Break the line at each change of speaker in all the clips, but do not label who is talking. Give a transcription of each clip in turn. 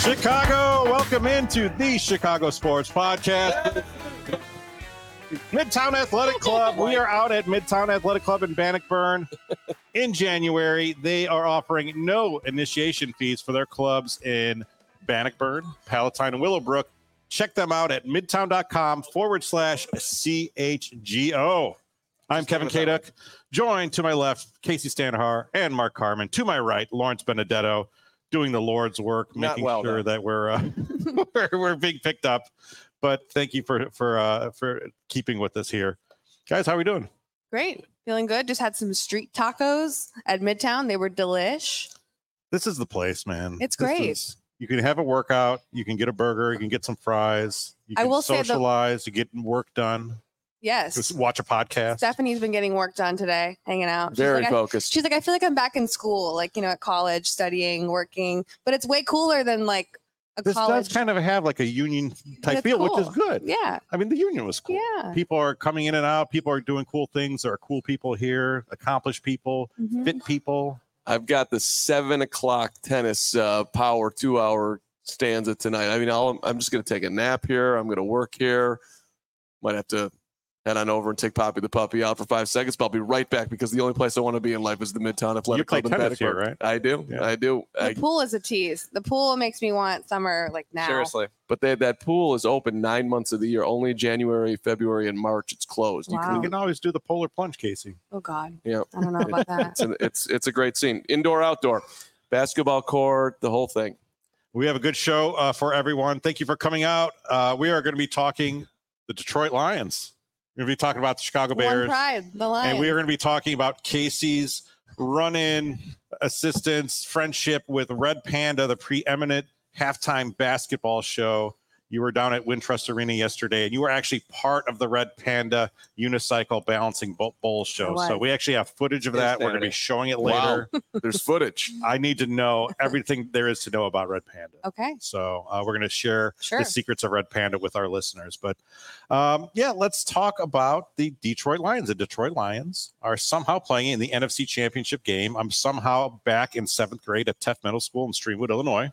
Chicago, welcome into the Chicago Sports Podcast. Midtown Athletic Club. We are out at Midtown Athletic Club in Bannockburn in January. They are offering no initiation fees for their clubs in Bannockburn, Palatine, and Willowbrook. Check them out at midtown.com forward slash CHGO. I'm Kevin Kaduk, joined to my left, Casey Stanhar and Mark Carmen. To my right, Lawrence Benedetto doing the Lord's work,
Not
making
well,
sure
though.
that we're, uh, we're we're being picked up. But thank you for for uh, for keeping with us here. Guys, how are we doing?
Great. Feeling good. Just had some street tacos at Midtown. They were delish.
This is the place, man.
It's
This
great.
is- you can have a workout. You can get a burger. You can get some fries. You
I
can
will say the-
socialize. You get work done.
Yes.
Just watch a podcast.
Stephanie's been getting work done today, hanging out. She's
Very
like, I,
focused.
she's like, I feel like I'm back in school, like, you know, at college, studying, working, but it's way cooler than like a
This
college.
does kind of have like a union type
That's
feel, which is
cool.
good.
yeah.
I mean, the union was cool.
Yeah.
People are coming in and out. People are doing cool things. There are cool people here, accomplished people,
Mhm.
fit people.
I've got the seven o'clock tennis uh, power two hour stanza tonight. I mean, I'll, I'm just going to take a nap here. I'm going to work here. Might have to head on over and take Poppy the puppy out for five seconds, but I'll be right back because the only place I want to be in life is the Midtown Athletic
play
Club in
tennis here,
Bannockburn. I do.
Yeah.
I do.
The
I,
pool is a tease. The pool makes me want summer like now.
but they, that pool is open nine months of the year, only January, February, and March. It's closed. You can-
Wow.
You can always do the polar plunge, Casey.
Oh, God.
Yeah.
I don't know about that.
It's, an, it's, it's a great scene. Indoor, outdoor, basketball court, the whole thing.
We have a good show uh, for everyone. Thank you for coming out. Uh, we are going to be talking the Detroit Lions. We're going to be talking about the Chicago
One
Bears,
pride, the lion.
and we are going to be talking about Casey's run-in assistance friendship with Red Panda, the preeminent halftime basketball show. You were down at Wintrust Arena yesterday, and you were actually part of the Red Panda unicycle balancing bo- bowl show.
was.
So we actually have footage of that. We're going to be
Saturday.
showing it
Wow.
later.
There's footage.
I need to know everything there is to know about Red Panda.
okay.
So uh, we're going to share
Sure.
the secrets of Red Panda with our listeners. But um, yeah, let's talk about the Detroit Lions. The Detroit Lions are somehow playing in the NFC Championship game. I'm somehow back in seventh grade at Teft Middle School in Streamwood, Illinois,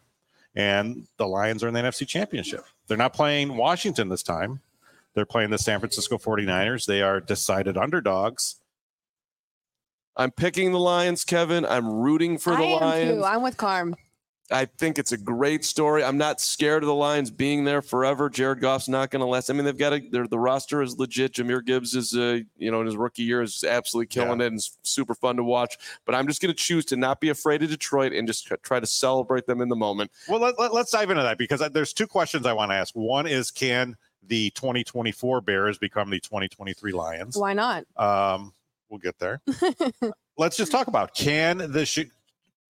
and the Lions are in the NFC Championship. They're not playing Washington this time. They're playing the San Francisco 49ers. They are decided underdogs.
I'm picking the Lions, Kevin. I'm rooting for the
I am
Lions.
too. I'm with Carm.
I think it's a great story. I'm not scared of the Lions being there forever. Jared Goff's not going to last. I mean, they've got a, their the roster is legit. Jameer Gibbs is, uh, you know, in his rookie year is absolutely killing it and it's super fun to watch. But I'm just going to choose to not be afraid of Detroit and just try to celebrate them in the moment.
Well, let, let, us dive into that because I- there's two questions I want to ask. One is can the 2024 Bears become the 2023 Lions?
Why not?
Um, we'll get there. Let's just talk about can the Chi-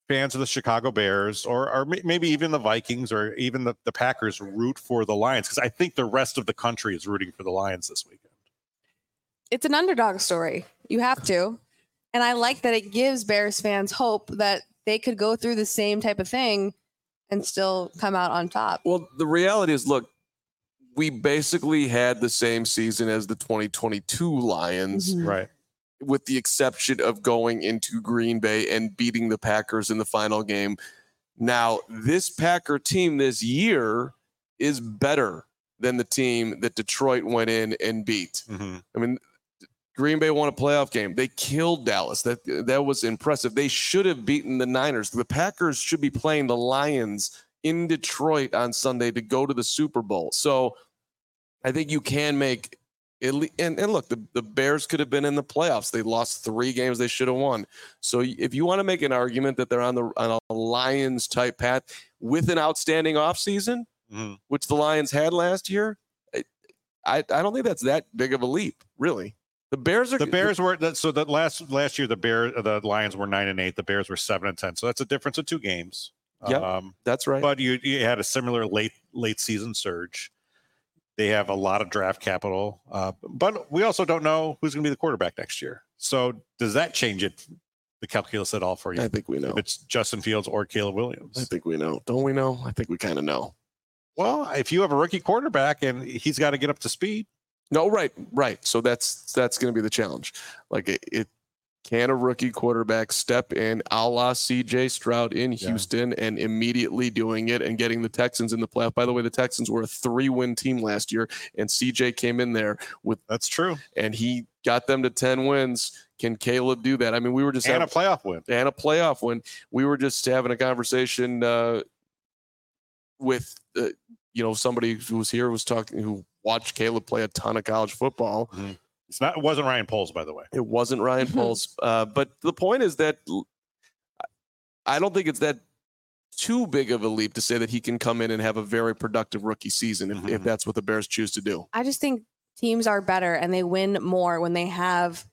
fans of the Chicago Bears or, or may- maybe even the Vikings or even the, the Packers root for the Lions? Because I think the rest of the country is rooting for the Lions this weekend.
it's an underdog story. You have to. And I like that it gives Bears fans hope that they could go through the same type of thing and still come out on top.
Well, the reality is, look, we basically had the same season as the 2022 Lions.
Right.
with the exception of going into Green Bay and beating the Packers in the final game. Now, this Packer team this year is better than the team that Detroit went in and beat.
Mhm.
I mean, Green Bay won a playoff game. They killed Dallas. That that was impressive. They should have beaten the Niners. The Packers should be playing the Lions in Detroit on Sunday to go to the Super Bowl. So I think you can make at le- and, and look, the, the Bears could have been in the playoffs. They lost three games they should have won. So y- if you want to make an argument that they're on the on a Lions type path with an outstanding offseason,
Mhm.
which the Lions had last year, I, I I don't think that's that big of a leap, really. The Bears are
The Bears were that so that last last year the Bear the Lions were nine and eight. The Bears were seven and ten. So that's a difference of two games.
Yep.
Um,
That's right.
but you you had a similar late late season surge. They have a lot of draft capital, uh, but we also don't know who's going to be the quarterback next year. So does that change it, the calculus at all for you?
I think we know.
If it's Justin Fields or Caleb
I
Williams.
think we know. Don't we know? I think we kind of know.
Well, if you have a rookie quarterback and he's got to get up to speed,
No, right, right. So that's that's going to be the challenge. Like it, it can a rookie quarterback step in, a la C.J. Stroud in
Yeah.
Houston, and immediately doing it and getting the Texans in the playoff. By the way, the Texans were a three-win team last year, and C.J. came in there with
that's true.
and he got them to ten wins. Can Caleb do that? I mean, we were just
And a
having-
playoff win.
and a playoff win. We were just having a conversation uh, with uh, you know somebody who was here was talking who watched Caleb play a ton of college football.
It's not. It wasn't Ryan Poles, by the way.
It wasn't Ryan
Mhm.
Poles, uh, but the point is that l- I don't think it's that too big of a leap to say that he can come in and have a very productive rookie season if, if
Mhm.
that's what the Bears choose to do.
I just think teams are better and they win more when they have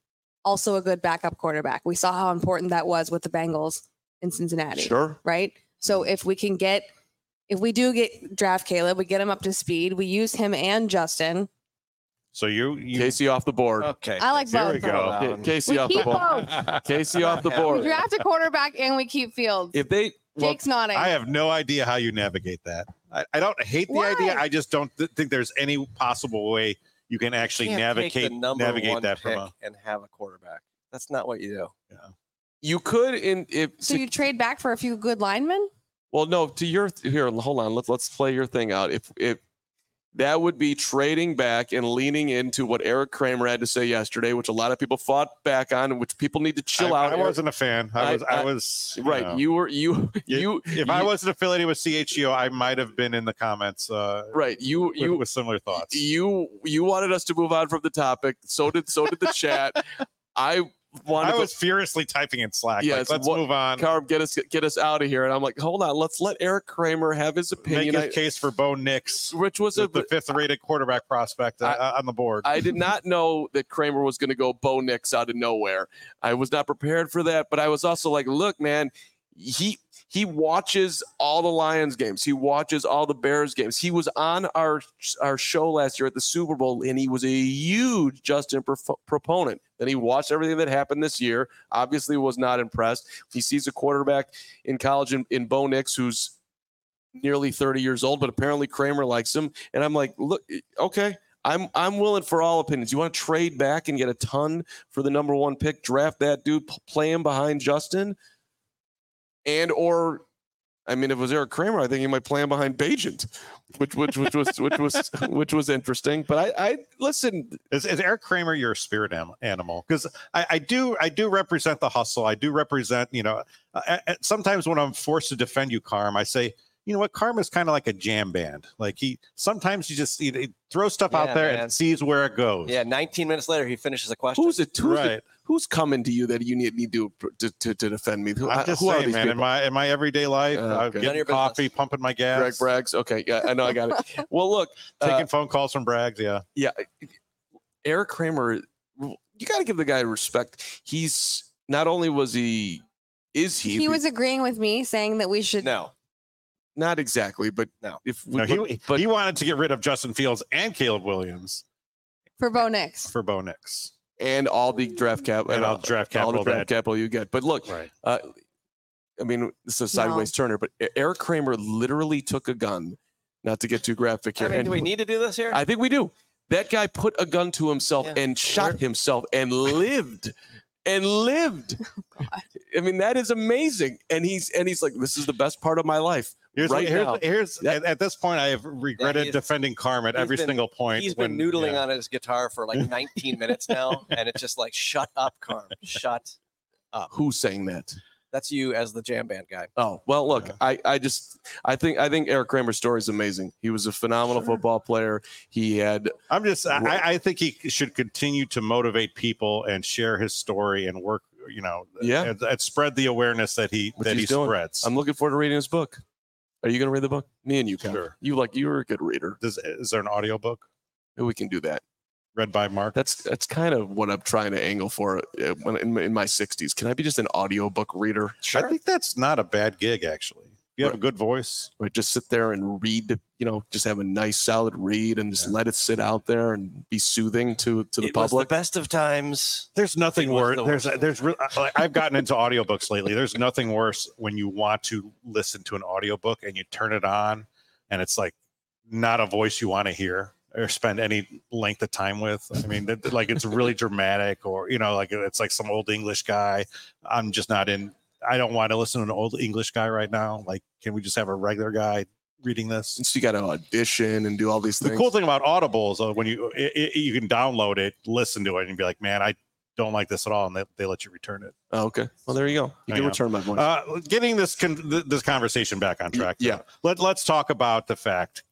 also a good backup quarterback. We saw how important that was with the Bengals in Cincinnati,
Sure.
right? So if we can get, if we do get draft Caleb, we get him up to speed. We use him and Justin.
So you, you
Casey off the board.
Okay.
I like
there
both.
we
of them.
go.
Ca- Casey
We
off the
keep
board.
both.
Casey off the
We
board.
draft a quarterback and we keep Fields.
If they well,
Jake's nodding.
I have no idea how you navigate that. I, I don't hate the
Why?
idea. I just don't th- think there's any possible way you can actually
Can't take the
navigate
number
navigate
one
that from
pick
a.
and have a quarterback. That's not what you do.
you could in if
so you trade back for a few good linemen?
Well, no, to your here, hold on. Let's let's play your thing out. If if that would be trading back and leaning into what Eric Kramer had to say yesterday, which a lot of people fought back on, and which people need to chill
I,
out.
I
Eric-
wasn't a fan. I
I-
was. I,
I-
was you
right.
know.
You were you
You-
you
if I
you-
wasn't affiliated with CHGO, I might have been in the comments. Uh,
right you
you
you
with similar thoughts.
you you wanted us to move on from the topic. So did so did the chat. I wanted
I
to
was furiously typing in Slack.
Yes,
like, let's
what-
move on.
Carb get us get us out of here, and I'm like, hold on, let's let Eric Kramer have his
Make
opinion,
his
I-
case for Bo Nix,
which was
the,
a
the fifth-rated quarterback prospect uh,
I-
uh, on the board.
I did not know that Kramer was going to go Bo Nix out of nowhere. I was not prepared for that, but I was also like, look, man, he he watches all the Lions games. He watches all the Bears games. He was on our our show last year at the Super Bowl, and he was a huge Justin prof- proponent. Then he watched everything that happened this year. Obviously, was not impressed. He sees a quarterback in college in, in Bo Nix who's nearly 30 years old, but apparently Kramer likes him. And I'm like, look, eh, okay, I'm I'm willing for all opinions. You want to trade back and get a ton for the number one pick, draft that dude, p- play him behind Justin, and or I mean, if it was Eric Kramer, I think he might play him behind Bajent, which which which was which was which was interesting. But I I listen,
Is, is Eric Kramer your spirit am- animal? Because I, I do, I do represent the hustle. I do represent, you know. Uh, uh, sometimes when I'm forced to defend you, Carm, I say, you know what, Carm is kind of like a jam band. Like he sometimes you just you know, throw stuff out
Yeah,
there
man.
and sees where it goes.
Yeah, 19 minutes later, he finishes a question.
who's it? Who's,
right.
it, who's coming to you that you need, need to, to to to defend me? Who, uh,
I'm just
who are
saying,
these
man. In
people?
my in my everyday life,
Uh,
I'm
okay.
None of
getting
your
coffee,
business.
pumping my
Greg
gas,
Braggs. Okay, yeah, I know, I got it. Well, look, uh,
taking phone calls from Braggs. Yeah,
yeah, Eric Kramer, you got to give the guy respect. He's not only was he, is he?
He was agreeing with me saying that we should.
No.
not exactly, but
No.
if we,
no, he
but, but
he wanted to get rid of Justin Fields and Caleb Williams
For Bo Nix.
for Bo Nix
and all the draft cap
and I'll draft
all
capital
the draft capital you get. But look, uh,
that right.
I mean, this is a sideways turner, but E- Eric Kramer literally took a gun. Not to get too
I
graphic here,
mean, do
and
we need to do this here?
I think we do. That guy put a gun to himself
Yeah.
and shot
Where-
himself and lived. and lived. I mean, that is amazing. And he's and he's like, this is the best part of my life.
Here's,
Right
here's,
now.
here's
That-
at, at this point, I have regretted
he's-
defending Carm at
he's
every
been-
single point.
He's been
when-
noodling
yeah.
on his guitar for like 19 minutes now, and it's just like, shut up, Carm. Shut.
Who sang that?
That's you as the jam band guy.
Oh well, look,
Yeah.
I, I just I think I think Eric Kramer's story is amazing. He was a phenomenal football player. He had
I'm just, I,
Right.
I think he should continue to motivate people and share his story and work, you know,
Yeah.
and, and spread the awareness that he
Which
that he
he's doing. Um,
spreads.
I'm looking forward to reading his book. Are you going to read the book? Me and you, Kev.
Sure.
You like you're a good reader.
Does, is there an audiobook
We can do that.
read by Mark?
That's that's kind of what I'm trying to angle for uh, when, in, my- in my 60s. Can I be just an audiobook reader?
I think that's not a bad gig, actually. You have a good voice.
Or just sit there and read, you know, just have a nice solid read and just let it sit out there and be soothing to to the
It was
public.
the best of times.
There's nothing
It was
worse.
the
There's
worst.
there's re- I- I've gotten into audiobooks lately. There's nothing worse when you want to listen to an audiobook and you turn it on and it's like not a voice you want to hear or spend any length of time with. I mean, that, like it's really dramatic or you know, like it's like some old English guy. I'm just not in. I don't want to listen to an old English guy right now. Like, can we just have a regular guy reading this?
so you got to audition and do all these
The
things.
cool thing about Audible is uh, when you i i you can download it, listen to it, and be like, "Man, I don't like this at all," and they, they let you return it.
Oh, okay. Well, there you go. You
There
can
you go.
return my voice.
Uh, getting this con- th- this conversation back on track.
yeah.
though. Let Let's talk about the fact: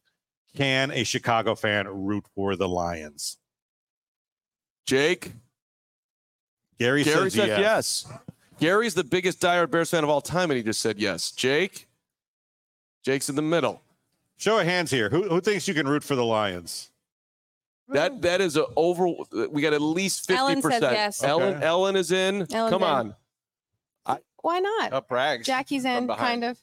Can a Chicago fan root for the Lions?
Jake,
Gary,
Gary
says
said
yes.
yes. Gary's the biggest diehard Bears fan of all time, and he just said yes. Jake, Jake's in the middle.
Show of hands here. Who Who thinks you can root for the Lions?
That that is a over. We got at least fifty
Ellen says
percent.
yes.
Ellen,
Okay.
Ellen is in.
Ellen's
Come
in.
on,
Why not?
Oh,
Up rags.
Jackie's
from
in,
behind.
kind of.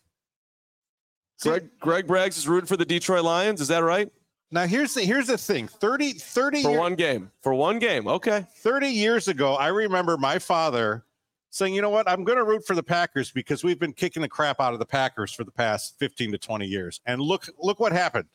Greg. Greg Braggs is rooting for the Detroit Lions. Is that right?
Now here's the here's the thing. 30, 30
For
year-
one game. For one game. Okay.
30 years ago, I remember my father saying, you know what, I'm going to root for the Packers because we've been kicking the crap out of the Packers for the past 15 to 20 years. And look, look what happened.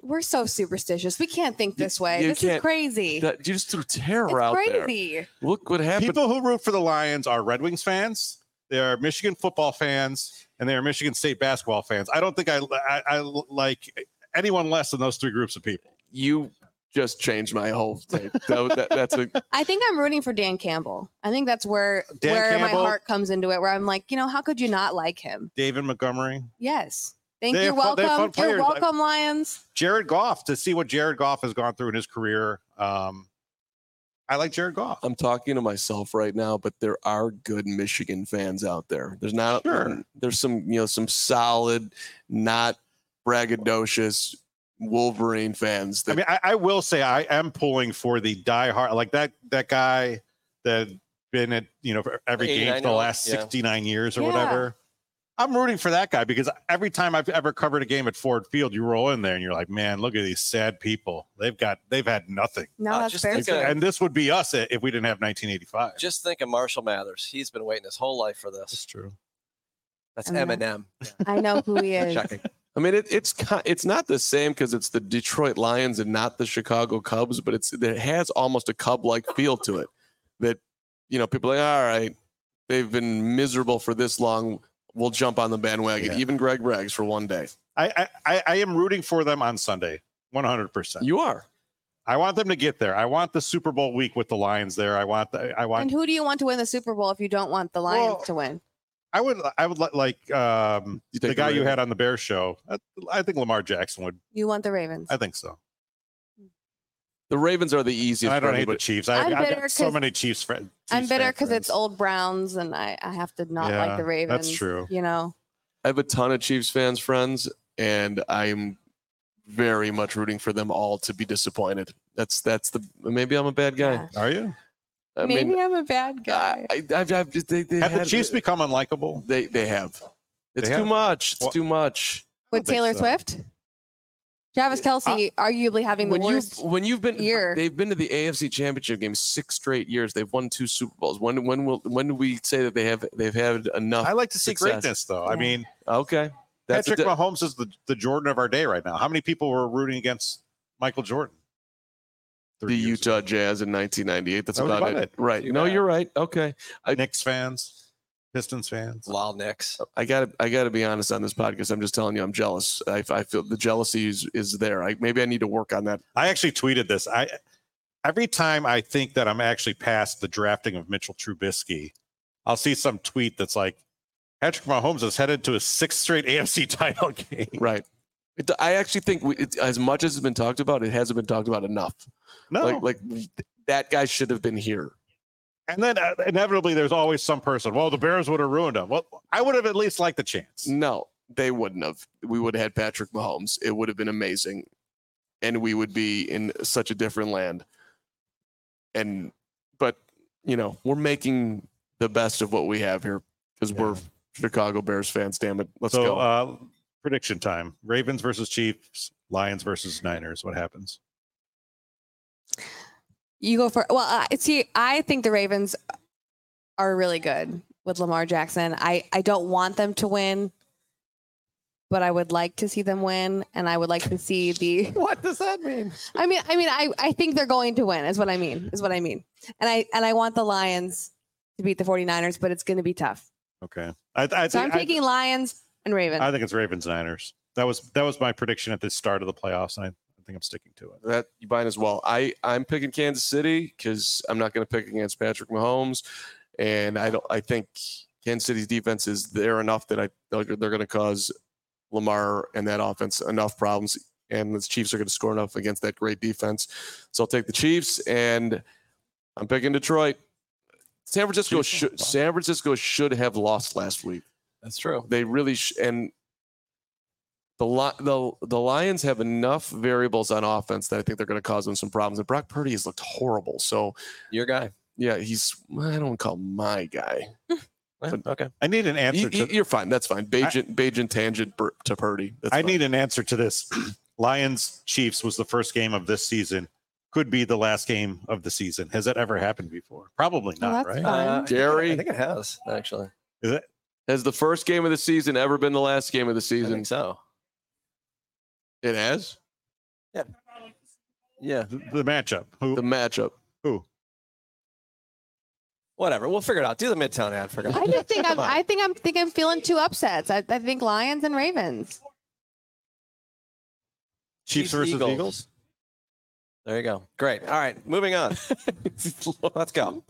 We're so superstitious. We can't think
You-
this way.
you
This
can't-
is crazy.
That, you just threw terror
it's
out there.
crazy.
Look what happened.
People who root for the Lions are Red Wings fans. They are Michigan football fans and they are Michigan State basketball fans. I don't think I, I, I like anyone less than those three groups of people.
you just changed my whole thing. That, was- that, that's a
I think I'm rooting for Dan Campbell. I think that's where
Dan
where
Campbell?
my heart comes into it. Where I'm like, you know, how could you not like him?
David Montgomery,
Yes. Thank
They
you.
have fun- they have
Welcome.
fun
You're
players. I-
welcome, Lions.
Jared Goff, to see what Jared Goff has gone through in his career. Um, I like Jared Goff.
I'm talking to myself right now, but there are good Michigan fans out there. There's not
Sure.
there's some, you know, some solid, not braggadocious Wolverine fans that
I mean, I, I will say I am pulling for the diehard, like that that guy that been at you know for every game for the
89-year-old,
last
yeah.
sixty nine years or
Yeah.
whatever. I'm rooting for that guy because every time I've ever covered a game at Ford Field, you roll in there and you're like, man, look at these sad people. They've got they've had nothing,
No,
Uh,
that's
just
fair.
think of-
and this would be us i- if we didn't have 1985.
Just think of Marshall Mathers. He's been waiting his whole life for this.
true.
That's
I mean,
Eminem.
I know who he is.
Shocking.
I mean, it, it's ki- it's not the same because it's the Detroit Lions and not the Chicago Cubs, but it's it has almost a Cub-like feel to it. That you know, people are like, all right, they've been miserable for this long. We'll jump on the bandwagon,
Yeah.
even Greg Braggs for one day.
I I- I, I am rooting for them on Sunday, 100. percent
You are.
I want them to get there. I want the Super Bowl week with the Lions there. I want the, I want
And who do you want to win the Super Bowl if you don't want the Lions
Well,
to win?
I would I would li- like um
You
the
take the
guy you
Ravens.
had on the Bears show. I, I think Lamar Jackson would.
You want the Ravens.
I think so.
The Ravens are the
And
easiest.
I
for
don't hate the
anybody.
Chiefs. I,
I'm
I've
bitter
got so
'cause-
many Chiefs friends.
I'm bitter because it's old Browns, and I, I have to not
Yeah,
like the Ravens.
that's true.
You know,
I have a ton of Chiefs fans friends, and I'm very much rooting for them all to be disappointed. That's that's the maybe I'm a bad guy.
Yeah.
Are you?
I
maybe
mean,
I'm a bad guy.
I, I, I've, I've just, they, they
Have the
had-
Chiefs become unlikable?
They they have. It's
They
too
have.
much. It's
Well-
too much.
With
think
Taylor
so.
Swift, Travis Kelsey arguably having the
When you
worst.
when you've been
year.
they've been to the AFC Championship game six straight years. They've won two Super Bowls. When when will when do we say that they have they've had enough?
I like to
Oh.
see
success.
greatness, though. I
Yeah.
mean,
okay, that's a
Patrick
di-
Mahomes is the, the Jordan of our day right now. How many people were rooting against Michael Jordan?
the
30 years
Utah
ago.
Jazz in 1998. That's
That was
about,
about
it.
it.
Right.
Too
No,
bad.
you're right. Okay. I-
Knicks fans, Pistons fans.
Lol Knicks.
Oh.
I gotta, I gotta be honest on this podcast. I'm just telling you, I'm jealous. I, I feel the jealousy is, is there. I, maybe I need to work on that.
I actually tweeted this. I every time I think that I'm actually past the drafting of Mitchell Trubisky, I'll see some tweet that's like Patrick Mahomes is headed to a sixth straight AFC title game.
Right. It, I actually think we, it, as much as it's been talked about, it hasn't been talked about enough.
No,
Like, like th- that guy should have been here.
and then uh, inevitably there's always some person. Well, the Bears would have ruined him. Well, I would have at least liked the chance.
No, they wouldn't have. We would have had Patrick Mahomes. It would have been amazing, and we would be in such a different land. And but you know we're making the best of what we have here because we're Chicago Bears fans. Damn it, let's
so
go.
uh prediction time: Ravens versus Chiefs, Lions versus Niners. What happens?
You go for well. I see, I think the Ravens are really good with Lamar Jackson. I I don't want them to win, but I would like to see them win, and I would like to see the.
what does that mean?
I mean, I mean, I I think they're going to win. Is what I mean. Is what I mean. And I and I want the Lions to beat the 49ers, but it's going to be tough.
Okay, I, I
So I'm
think I-
taking Lions and Ravens.
I think it's Ravens Niners. That was that was my prediction at the start of the playoffs, and I, I think I'm sticking to it.
That you mine as well. I I'm picking Kansas City because I'm not going to pick against Patrick Mahomes, and I don't. I think Kansas City's defense is there enough that I they're going to cause Lamar and that offense enough problems, and the Chiefs are going to score enough against that great defense. So I'll take the Chiefs, and I'm picking Detroit. San Francisco
Chiefs,
should
wow.
San Francisco should have lost last week.
That's true.
They really sh- and the li- the the Lions have enough variables on offense that I think they're going to cause them some problems. And Brock Purdy has looked horrible. So
Your guy.
yeah, he's I don't wanna call him my guy.
Well, okay.
I need an answer
You,
to.
are fine. That's fine. Bajan Bajan tangent bur- to Purdy. That's
I
fine.
need an answer to this. Lions Chiefs was the first game of this season. Could be the last game of the season. Has that ever happened before? Probably
Oh,
not,
that's
right?
fun.
Uh, I think it-
Gary.
I think it has actually.
Is it?
Has the first game of the season ever been the last game of the
I
season?
think so.
It has
Yeah.
The, the matchup. Who?
the matchup.
who?
Whatever. We'll figure it out. Do the Midtown ad. For
I just think I'm.
Come on.
I think I'm. Think I'm feeling two upsets. I, I think Lions and Ravens.
Chiefs, versus Eagles.
There you go. Great. All right. Moving on. Let's go.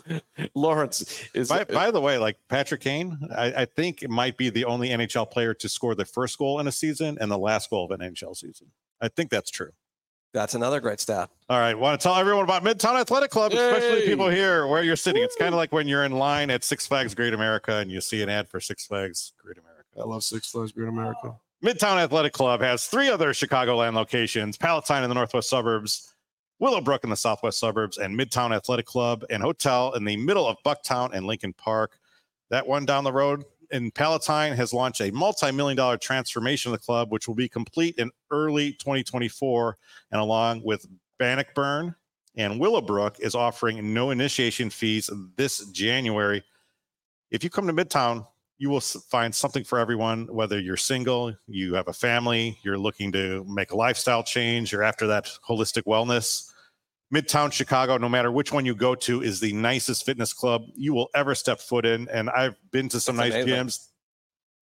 Lawrence is
By, by the way, like Patrick Kane, I, I think it might be the only NHL player to score the first goal in a season and the last goal of an NHL season. I think that's true.
That's another great stat.
All right. Want to tell everyone about Midtown Athletic Club, especially
Yay!
people here where you're sitting. It's kind of like when you're in line at Six Flags Great America and you see an ad for Six Flags Great America.
I love Six Flags Great America.
Midtown Athletic Club has three other Chicagoland locations Palatine in the northwest suburbs, Willowbrook in the southwest suburbs, and Midtown Athletic Club and Hotel in the middle of Bucktown and Lincoln Park. That one down the road in Palatine has launched a multi million dollar transformation of the club, which will be complete in early 2024. And along with Bannockburn and Willowbrook, is offering no initiation fees this January. If you come to Midtown, you will s- find something for everyone, whether you're single, you have a family, you're looking to make a lifestyle change, you're after that holistic wellness. Midtown Chicago, no matter which one you go to, is the nicest fitness club you will ever step foot in. And I've been to some
That's
nice
amazing.
gyms.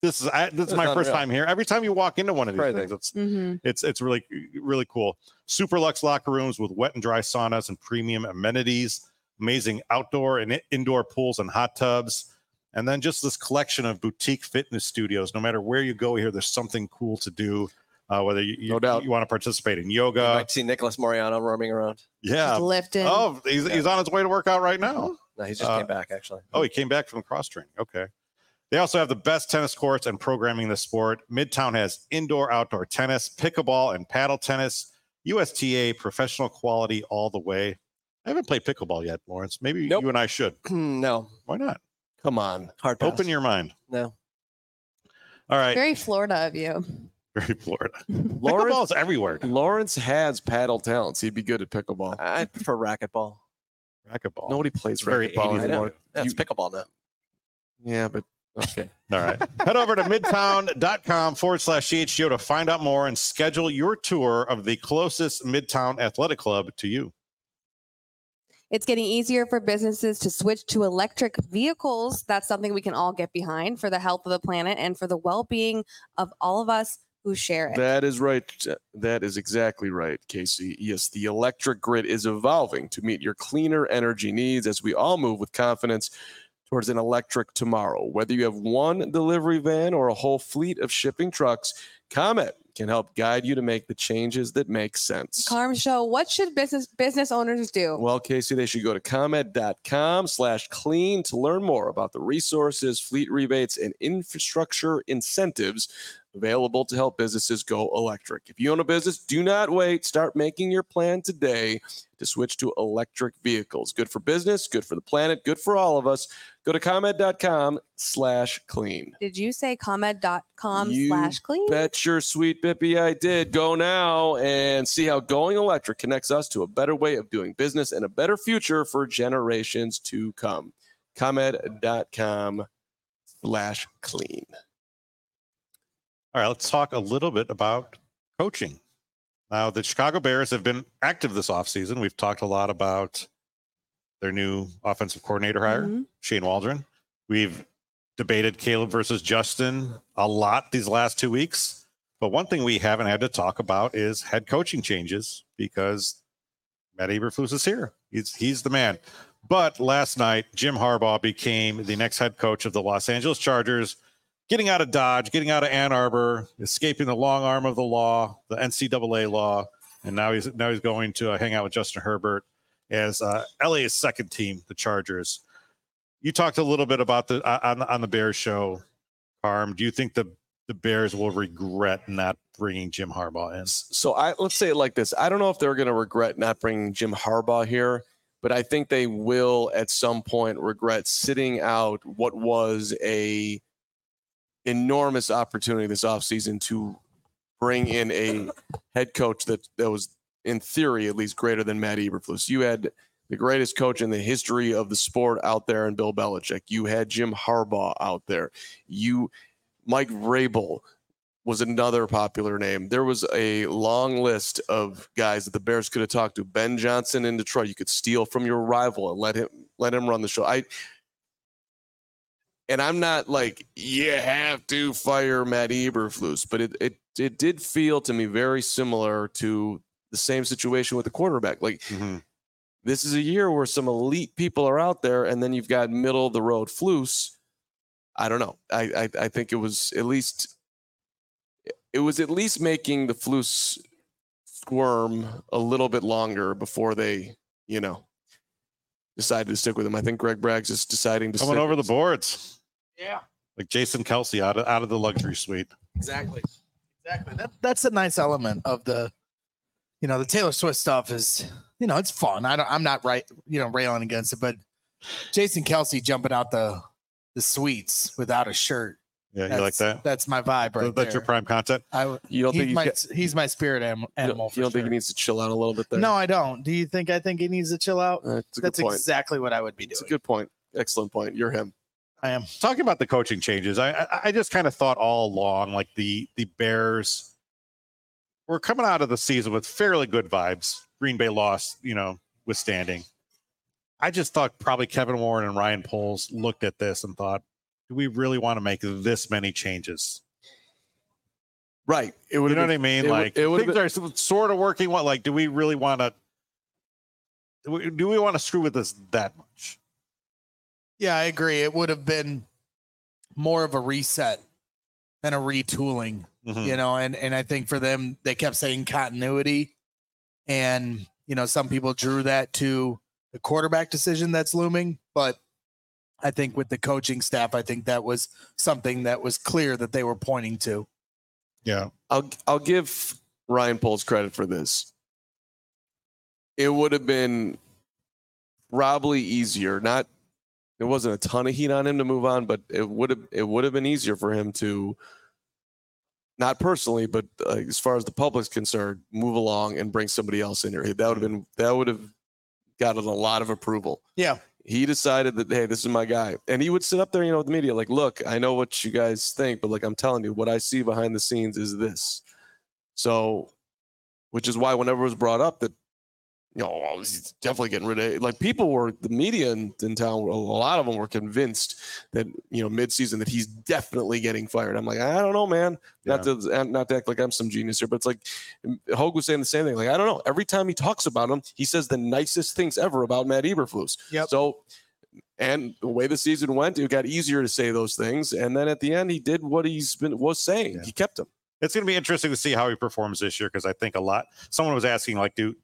This is I, this
That's
is my first
unreal.
time here. Every time you walk into one of these
Crazy.
things, it's
Mm-hmm.
it's it's really really cool. Super luxe locker rooms with wet and dry saunas and premium amenities, amazing outdoor and i- indoor pools and hot tubs, and then just this collection of boutique fitness studios. No matter where you go here, there's something cool to do. Uh, whether you you,
No doubt.
you want to participate in
You
Uh,
yoga,
might see Nicholas Moriano roaming around.
yeah.
Lifting.
Oh, he's, he's on his way to work out right now.
No, he just
Uh,
came back actually.
Oh, he came back from the cross training. Okay. They also have the best tennis courts and programming in the sport. Midtown has indoor, outdoor tennis, pickleball, and paddle tennis. USTA professional quality all the way. I haven't played pickleball yet, Lawrence. Maybe
Nope.
you and I should.
no.
Why not?
Come on.
Hard pass.
Open your mind.
no.
All right.
Very Florida of you.
Very Florida.
Lawrence
Pickleball's everywhere.
Lawrence has paddle talents. He'd be good at pickleball.
I prefer racquetball.
Racquetball.
Nobody plays
Very
racquetball
80s
anymore.
look.
That's
You-
pickleball now.
Yeah, but okay.
All right. Head over to midtown.com forward slash CHGO to find out more and schedule your tour of the closest Midtown Athletic Club to you.
It's getting easier for businesses to switch to electric vehicles. That's something we can all get behind for the health of the planet and for the well being of all of us who share it.
That is right. That is exactly right, Casey. Yes, the electric grid is evolving to meet your cleaner energy needs as we all move with confidence towards an electric tomorrow. Whether you have one delivery van or a whole fleet of shipping trucks, Comet can help guide you to make the changes that make sense.
Carm Show, what should business business owners do?
Well, Casey, they should go to comet.com slash clean to learn more about the resources, fleet rebates, and infrastructure incentives available to help businesses go electric. If you own a business, do not wait. Start making your plan today to switch to electric vehicles. Good for business, good for the planet, good for all of us. Go to comet.com slash clean.
Did you say comment.com
You
slash clean?
Bet your sweet Bippy I did. Go now and see how going electric connects us to a better way of doing business and a better future for generations to come. Comed.com slash clean.
All right, let's talk a little bit about coaching. Now, the Chicago Bears have been active this offseason. We've talked a lot about their new offensive coordinator hire,
Mhm.
Shane Waldron. We've debated Caleb versus Justin a lot these last two weeks. But one thing we haven't had to talk about is head coaching changes because Matt Eberflus is here. He's, he's the man. But last night, Jim Harbaugh became the next head coach of the Los Angeles Chargers getting out of Dodge, getting out of Ann Arbor, escaping the long arm of the law, the NCAA law, and now he's now he's going to uh, hang out with Justin Herbert as uh, LA's second team, the Chargers. You talked a little bit about the uh, on the, on the Bears show, Carm. Do you think the the Bears will regret not bringing Jim Harbaugh in?
So I let's say it like this. I don't know if they're going to regret not bringing Jim Harbaugh here, but I think they will at some point regret sitting out what was a enormous opportunity this offseason to bring in a head coach that that was in theory at least greater than Matt Eberflus. You had the greatest coach in the history of the sport out there in Bill Belichick. You had Jim Harbaugh out there. You Mike Rabel was another popular name. There was a long list of guys that the Bears could have talked to. Ben Johnson in Detroit, you could steal from your rival and let him let him run the show. I and I'm not like you have to fire Matt Eberflus, but it it it did feel to me very similar to the same situation with the quarterback. Like this is a year where some elite people are out there, and then you've got middle of the road flus. I don't know. I, I I think it was at least it was at least making the flus squirm a little bit longer before they you know decided to stick with him. I think Greg Bragg's is deciding to
Coming
stick-
over the boards,
Yeah,
like Jason Kelsey out of out of the luxury suite.
exactly.
Exactly. That, that's a nice element of the, you know, the Taylor Swift stuff is, you know, it's fun. I don't, I'm not right, you know, railing against it, but Jason Kelsey jumping out the the suites without a shirt.
Yeah, you
That's-
like that?
That's my vibe right
Th-
there.
That's your prime content.
I w-
You don't
he's
think he's
my,
got-
he's my spirit anim-
you
animal.
don't,
for
you don't think
sure.
he needs to chill out a little bit there?
No, I don't. Do you think I think he needs to chill out?
Uh, it's a
That's
good point.
exactly what I would be
It's a
doing.
good point. Excellent point. You're him.
I am.
talking about the coaching changes, I I, I just kind of thought all along like the the Bears were coming out of the season with fairly good vibes. Green Bay lost, you know, withstanding. I just thought probably Kevin Warren and Ryan Poles looked at this and thought, do we really want to make this many changes?
Right. It would
You know
have
what I
been
mean?
it would-
like
it would have
things are sort of working. What like do we really want to? Do we want to screw with this that much?
Yeah, I agree. It would have been more of a reset than a retooling,
Mhm.
Mm.
you know, and and I think for them they kept saying continuity and you know, some people drew that to the quarterback decision that's looming, but I think with the coaching staff, I think that was something that was clear that they were pointing to.
Yeah.
I'll I'll give Ryan Poles credit for this. It would have been probably easier. Not there wasn't a ton of heat on him to move on, but it would have it would have been easier for him to not personally, but uh, as far as the public's concerned, move along and bring somebody else in here. That would have been that would have gotten a lot of approval.
Yeah.
He decided that hey, this is my guy, and he would sit up there, you know, with the media, like, look, I know what you guys think, but like I'm telling you, what I see behind the scenes is this. So, which is why whenever it was brought up that you know, "Oh, he's definitely getting rid of like people were the media in, in town. A lot of them were convinced that you know midseason that he's definitely getting fired. I'm like, I don't know, man. Not to not to act like I'm some genius here, but it's like Hogue was saying the same thing. Like I don't know. Every time he talks about him, he says the nicest things ever about Matt Eberflus.
Yep.
So. And the way the season went, it got easier to say those things. And then at the end, he did what he's been was saying.
Yeah.
He kept him.
it's going to be interesting to see how he performs this year because I think a lot. Someone was asking, like, do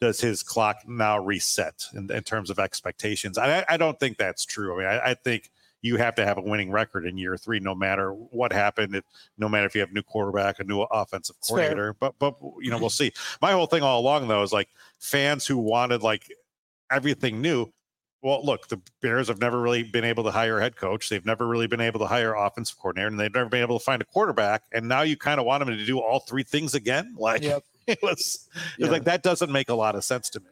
does his clock now reset in, in terms of expectations? And I, I don't think that's true. I mean, I, I think you have to have a winning record in year three, no matter what happened. If, no matter if you have a new quarterback, a new offensive
fair.
coordinator, but but you know, we'll see. My whole thing all along though is like fans who wanted like everything new. Well, look, the Bears have never really been able to hire a head coach. They've never really been able to hire offensive coordinator, and they've never been able to find a quarterback. And now you kind of want them to do all three things again. Like
Yep.
it was, it was
Yeah.
like that doesn't make a lot of sense to me.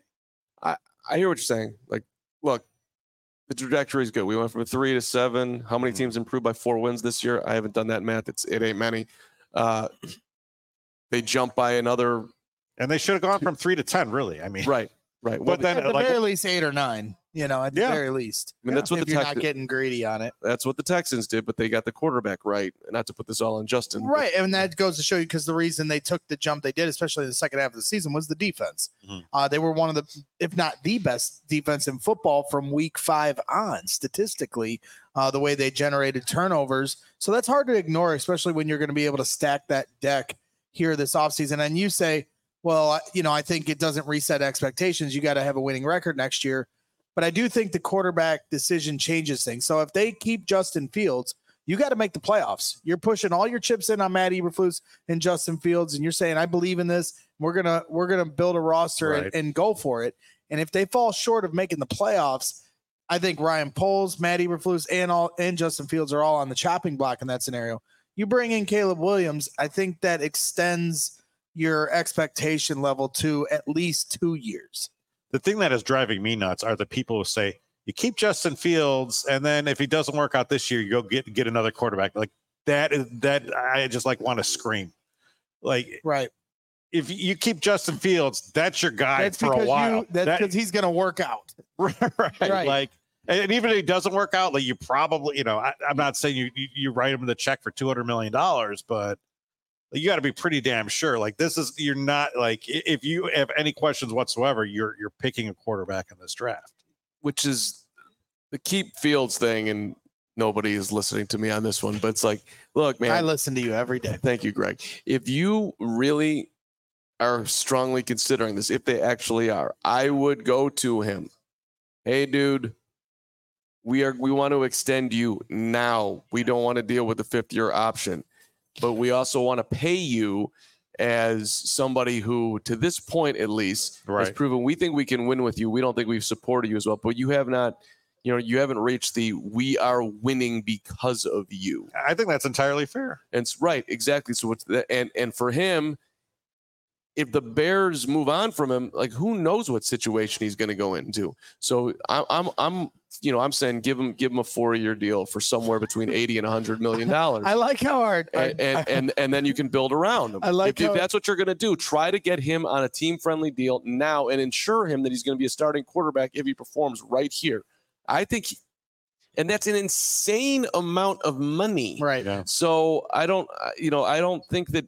I hear what you're saying. Like, look, the trajectory is good. We went from a three to seven. How
Mm-hmm.
many teams improved by four wins this year? I haven't done that math. It's it ain't many. Uh, they jump by another.
And they should have gone from three to ten, really. I mean,
Right, right. Well,
But then, uh,
At the
like,
very least, eight or nine. You know, at the
Yeah.
very least.
I mean, that's what
if
the
you're
Tex-
not getting greedy on it.
that's what the Texans did, but they got the quarterback right. Not to put this all on Justin. but
Right. And that goes to show you because the reason they took the jump they did, especially in the second half of the season, was the defense.
Mhm.
Uh, they were one of the, if not the best defense in football from week five on, statistically, uh, the way they generated turnovers. So that's hard to ignore, especially when you're going to be able to stack that deck here this offseason. And you say, well, I- you know, I think it doesn't reset expectations. You got to have a winning record next year. But I do think the quarterback decision changes things. So if they keep Justin Fields, you got to make the playoffs. You're pushing all your chips in on Matt Eberflus and Justin Fields, and you're saying, "I believe in this. We're gonna we're gonna build a roster
Right.
and, and go for it." And if they fall short of making the playoffs, I think Ryan Poles, Matt Eberflus, and all and Justin Fields are all on the chopping block in that scenario. You bring in Caleb Williams, I think that extends your expectation level to at least two years.
the thing that is driving me nuts are the people who say you keep Justin Fields, and then if he doesn't work out this year, you go get get another quarterback. Like that is that I just like want to scream. Like
Right.
if you keep Justin Fields, that's your guy
That's
for
because
a while.
you that's
That-
because he's gonna work out.
right,
Right.
Like, and even if it doesn't work out, like you probably, you know, I, I'm not saying you, you you write him the check for two hundred million dollars, but you got to be pretty damn sure. Like this is you're not like i- if you have any questions whatsoever, you're you're picking a quarterback in this draft.
which is the keep Fields thing, and nobody is listening to me on this one. But it's like, look, man,
I listen to you every day.
Thank you, Greg. If you really are strongly considering this, if they actually are, I would go to him. Hey, dude, we are we want to extend you now. We don't want to deal with the fifth year option, but we also want to pay you as somebody who, to this point at least, has
Right.
proven we think we can win with you. We don't think we've supported you as well, but you have not. You know, you haven't reached the we are winning because of you.
I think that's entirely fair.
And s- right, exactly. So what's that? And and for him, if the Bears move on from him, like who knows what situation he's going to go into? So I, I'm I'm you know I'm saying give him give him a four year deal for somewhere between eighty and hundred million dollars.
I like how our, our-
And, and and and then you can build around him.
I like
if, if
how-
that's what you're going to do. Try to get him on a team-friendly deal now and ensure him that he's going to be a starting quarterback if he performs right here. I think, he- and that's an insane amount of money.
right.
So I don't, I- you know, I don't think that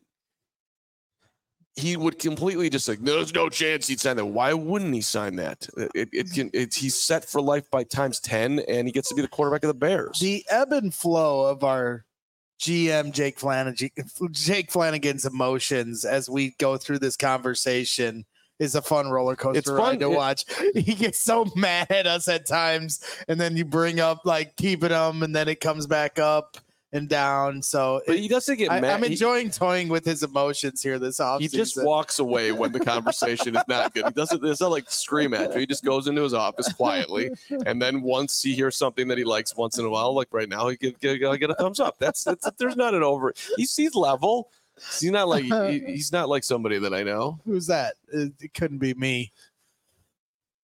he would completely just like, there's no chance he'd sign that. Why wouldn't he sign that? It, it can, it's, he's set for life by times 10 and he gets to be the quarterback of the Bears.
The ebb and flow of our GM Jake Flanagan, Jake Flanagan's emotions as we go through this conversation is a fun roller coaster
It's fun.
ride to
It-
watch. He gets so mad at us at times, and then you bring up like keeping him, and then it comes back up and down. So
But
it-
he doesn't get
I,
mad.
am
He-
enjoying toying with his emotions here this offseason.
he, just walks away when the conversation is not good. He doesn't, it's not like scream at you. He just goes into his office quietly. And then once he hears something that he likes once in a while, like right now, he get, get, get a thumbs up. That's, that's, there's not an over, he's, he's level. He's not like, he- he's not like somebody that I know.
Who's that? It, it couldn't be me.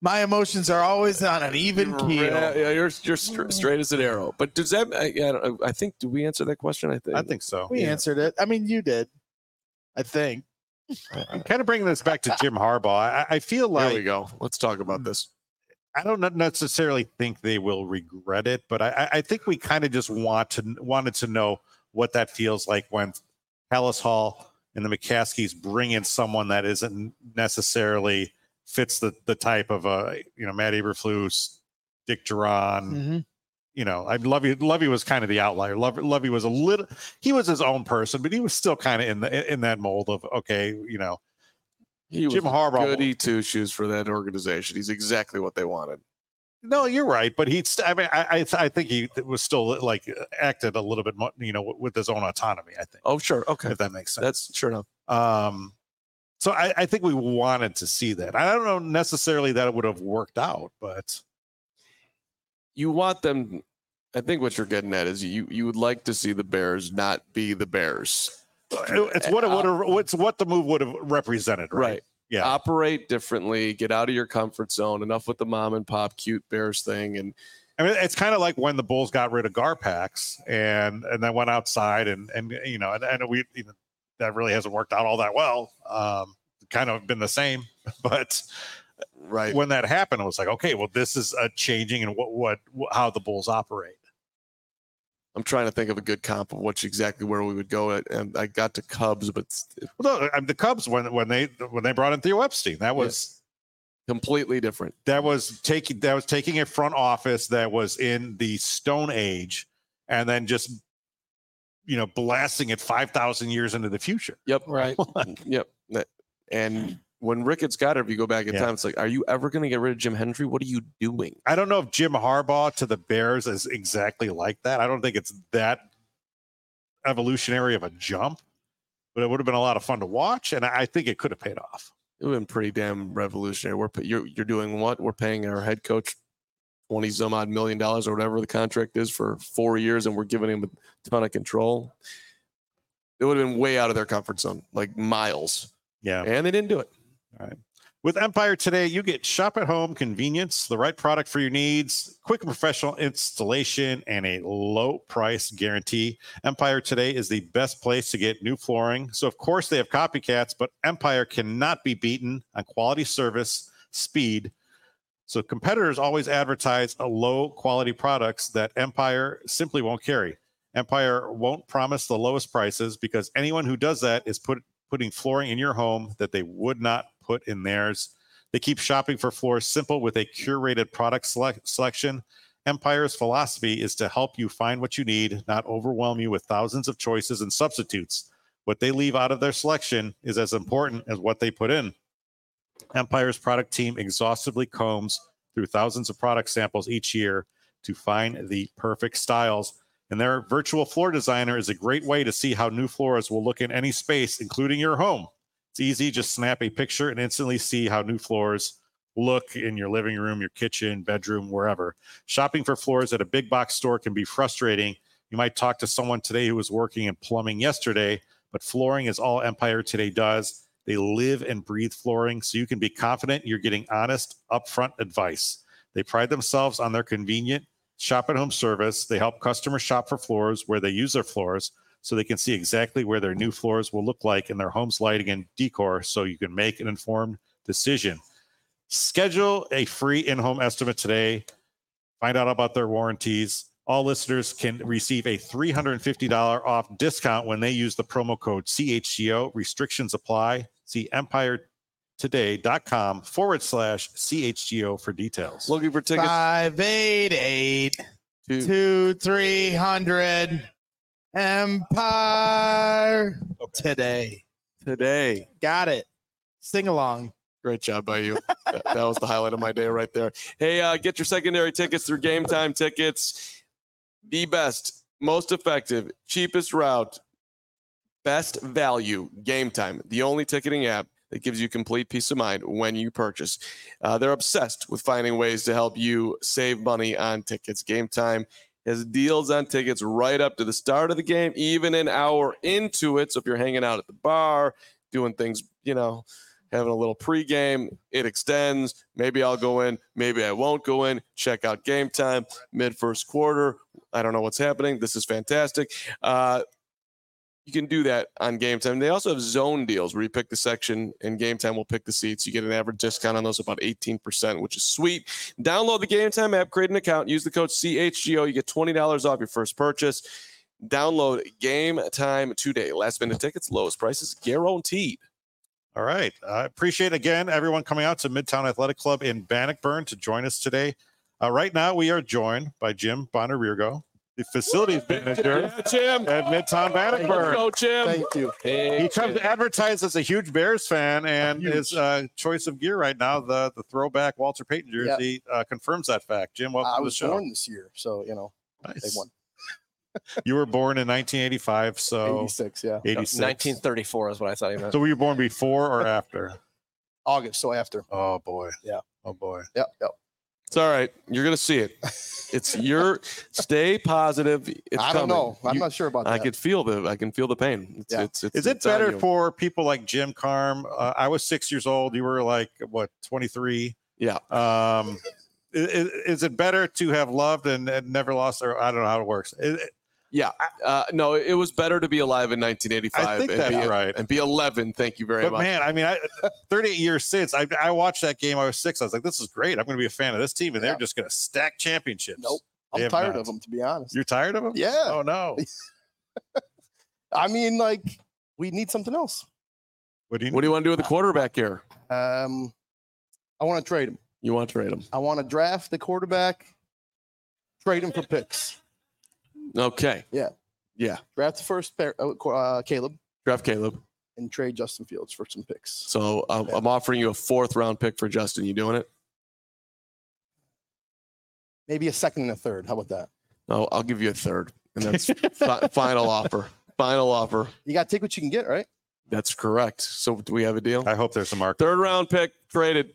My emotions are always on an even keel.
Yeah, yeah, you're you're str- straight as an arrow. But does that? I, I, don't- I think. Do we answer that question? I think.
I think so.
We answered it. I mean, you did. I think.
kind of bringing this back to Jim Harbaugh. I, I feel
There
like
we go. Let's talk about this.
I don't ne- necessarily think they will regret it, but I, I- I think we kind of just want to wanted to know what that feels like when Hallis Hall and the McCaskies bring in someone that isn't necessarily fits the the type of a you know Matt Eberflus, Dick Duran.
Mm.
You know, I Lovey Lovey was kind of the outlier. Lovey, Lovey was a little he was his own person, but he was still kind of in the in that mold of okay, you know,
He was
Jim Harbaugh
goody two shoes for that organization. He's exactly what they wanted.
No, you're right, but he's. I mean, I, I, I think he was still like uh, acted a little bit, more, you know, with, with his own autonomy. I think,
Oh, sure. Okay.
if that makes sense.
That's sure enough.
Um, so I, I think we wanted to see that. I don't know necessarily that it would have worked out, but
You want them. I think what you're getting at is you you would like to see the Bears not be the Bears.
it- it's what it would have. It's what the move would have represented, right?
Uh, Right. Uh,
Yeah.
Operate differently. Get out of your comfort zone. Enough with the mom and pop cute Bears thing. And
I mean, it's kind of like when the Bulls got rid of Garpax and and then went outside and and you know and, and we you know, that really hasn't worked out all that well. Um, kind of been the same, but.
right.
when that happened, it was like, okay, well, this is a changing and what what wh- how the Bulls operate.
I'm trying to think of a good comp of which exactly where we would go. At, and I got to Cubs, but it's
Well, no, I mean, the Cubs when when they when they brought in Theo Epstein, that was
completely different.
that was taking that was taking a front office that was in the Stone Age, and then just you know blasting it five thousand years into the future.
Yep. Mm,
Right.
Yep. That- And when Ricketts got her, if you go back in
Yeah.
time, it's like, are you ever going to get rid of Jim Hendry? What are you doing?
I don't know if Jim Harbaugh to the Bears is exactly like that. I don't think it's that evolutionary of a jump, but it would have been a lot of fun to watch, and I I think it could have paid off.
It would have been pretty damn revolutionary. We're pa- you're you're doing what? We're paying our head coach twenty some odd million dollars or whatever the contract is for four years, and we're giving him a ton of control. It would have been way out of their comfort zone, like miles,
Yeah.
and they didn't do it.
With Empire Today, you get shop at home convenience, the right product for your needs, quick and professional installation, and a low price guarantee. Empire Today is the best place to get new flooring. So, of course, they have copycats, but Empire cannot be beaten on quality service, speed. So, competitors always advertise a low quality products that Empire simply won't carry. Empire won't promise the lowest prices because anyone who does that is put putting flooring in your home that they would not put in theirs. They keep shopping for floors simple with a curated product select- selection. Empire's philosophy is to help you find what you need, not overwhelm you with thousands of choices and substitutes. What they leave out of their selection is as important as what they put in. Empire's product team exhaustively combs through thousands of product samples each year to find the perfect styles. And their virtual floor designer is a great way to see how new floors will look in any space, including your home. It's easy, just snap a picture and instantly see how new floors look in your living room, your kitchen, bedroom, wherever. Shopping for floors at a big box store can be frustrating. You might talk to someone today who was working in plumbing yesterday, but flooring is all Empire today does. They live and breathe flooring, so you can be confident you're getting honest, upfront advice. They pride themselves on their convenient, shop at home service. They help customers shop for floors where they use their floors so they can see exactly where their new floors will look like in their home's lighting and decor so you can make an informed decision. Schedule a free in home estimate today. Find out about their warranties. All listeners can receive a $350 off discount when they use the promo code CHGO. Restrictions apply. See empiretoday.com forward slash CHGO for details.
Looking for tickets
Five eight eight
to
two three hundred Empire today.
today.
Got it. Sing along.
Great job by you. that, that was the highlight of my day right there. Hey, uh, get your secondary tickets through Game Time Tickets. The best, most effective, cheapest route, best value, Game Time, the only ticketing app that gives you complete peace of mind when you purchase. Uh, they're obsessed with finding ways to help you save money on tickets. Game Time has deals on tickets right up to the start of the game, even an hour into it. So if you're hanging out at the bar, doing things, you know, having a little pregame. It extends. Maybe I'll go in. Maybe I won't go in. Check out game time, mid first quarter. I don't know what's happening. This is fantastic. Uh, you can do that on game time. They also have zone deals where you pick the section and game time will pick the seats. You get an average discount on those about 18%, which is sweet. Download the game time app, create an account, use the code CHGO. You get $20 off your first purchase. Download game time today. Last minute tickets, lowest prices guaranteed.
All right. I appreciate again everyone coming out to Midtown Athletic Club in Bannockburn to join us today. Uh, right now, we are joined by Jim Bonarurgo, the facilities manager
Jim.
at Midtown Bannockburn.
Go, Jim.
Thank you.
He comes to advertise as a huge Bears fan, and his uh, choice of gear right now, the, the throwback Walter Payton
Yeah.
jersey, uh, confirms that fact. Jim, welcome
I
to the
was
show.
born this year, so you know they
Nice.
won
You were born in 1985, so
'86. Yeah,
86.
1934 is what I thought he meant.
So were you born before or after?
August. So after.
Oh boy.
Yeah.
Oh boy.
Yep. Yep.
It's all right. You're gonna see it. It's your stay positive. It's
I don't
coming.
know. I'm
You-
not sure about that.
I could feel the. I can feel the pain. It's,
Yeah.
it's, it's,
Is it
it's on
better
you.
for people like Jim Carm? Uh, I was six years old. You were like what, 23?
Yeah.
Uh,
Um, is, is it better to have loved and, and never lost? Or I don't know how it works. It- it-
Uh, no, it was better to be alive in
I
1985
think
and
that's
be
right.
and be 11. Thank you very
But
much.
man, I mean, I, 38 years since I, I watched that game. I was six. I was like, this is great. I'm going to be a fan of this team, and
Yeah.
they're just going to stack championships.
Nope.
They
I'm
have
tired
not.
of them, to be honest.
You're tired of them?
yeah.
Oh no.
I mean, like we need something else.
What do you?
what do you want to do with the quarterback here?
Um, I want to trade him.
You want to trade him?
I want to draft the quarterback. Trade him for picks.
Okay.
Yeah.
Yeah.
Draft the first pair, uh, qu- uh, Caleb,
Draft Caleb.
and trade Justin Fields for some picks.
So um, I'm offering you a fourth round pick for Justin. You doing it?
Maybe a second and a third. How about that?
No, I'll give you a third, and that's fi- final offer. Final offer.
You got to take what you can get, right?
That's correct. So do we have a deal?
I hope there's some mark.
Third round pick traded.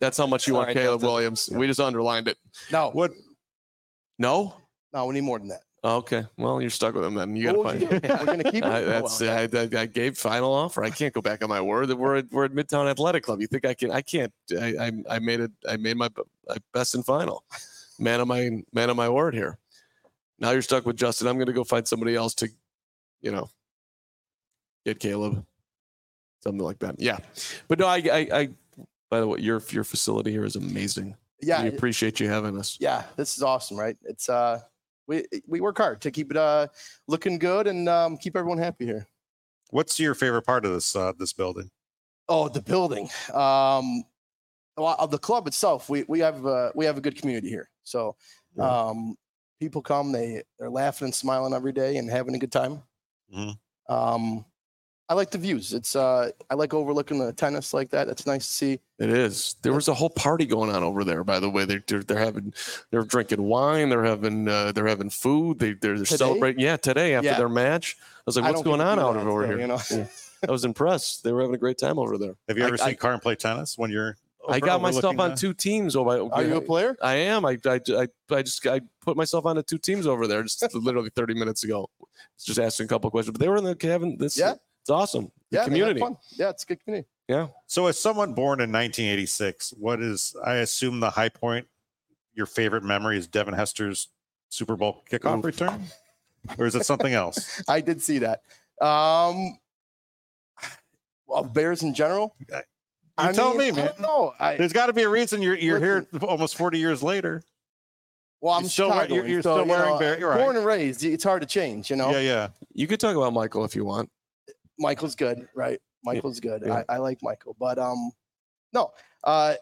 That's how much you want
Sorry,
Caleb
Justin.
Williams. We just underlined it.
No,
What?
No?
no, we need more than that.
Okay. Well, you're stuck with him then. You
What
got
would
to
you
find.
do? We're gonna keep it.
I,
Oh,
that's
well,
I, I, I gave final offer. I can't go back on my word. We're at, we're at Midtown Athletic Club. You think I can? I can't. I I, I made it. I made my b- my best and final. Man of my man of my word here. Now you're stuck with Justin. I'm going to go find somebody else to, you know, get Caleb, something like that. Yeah, but no, I I. I by the way, your your facility here is amazing.
yeah,
we appreciate you having us.
yeah. This is awesome, right? It's uh, we we work hard to keep it uh looking good and um keep everyone happy here.
What's your favorite part of this uh, this building?
Oh, the building. Um, well, of the club itself, we we have uh, we have a good community here. So,
Yeah.
um, people come, they they're laughing and smiling every day and having a good time.
Mhm.
Um, I like the views. It's uh, I like overlooking the tennis like that. It's nice to see.
It is. There was a whole party going on over there. By the way, they're they're, they're having, they're drinking wine. They're having uh, they're having food. They they're, they're
Today?
celebrating. Yeah, today after
Yeah.
their match, I was like,
I
what's
don't get
going
to
on
do
out
that,
over
so,
here?
You know,
Yeah. I was impressed. They were having a great time over there.
Have you
I-
ever
I-
seen Carm play tennis when
I
you're?
Oh,
over-
got myself
overlooking
on
the-
two teams. Oh, I,
are you a player?
I am. I, I, I, I just I put myself onto two teams over there just literally 30 minutes ago. Just asking a couple questions, but they were in the cabin. This
Yeah.
it's awesome.
Yeah, they
The
have
community.
fun. Yeah, it's a good community.
So, as someone born in 1986, what is I assume the high point? Your favorite memory is Devin Hester's Super Bowl kickoff
Oof.
return, or is it something else?
I did see that. Um, well, Bears in general.
You
I
tell
mean,
me,
I don't know. I,
There's got to be a reason you're you're here almost 40 years later.
Well, I'm
You're still wear- you're-
Chicagoan,
you're
so,
still
you
wearing
know,
bear- you're right.
born and raised. It's hard to change, you know.
Yeah, yeah.
You could talk about Michael if you want.
Michael's good, right? Michael's good.
yeah.
I, I like Michael, but um, no, uh,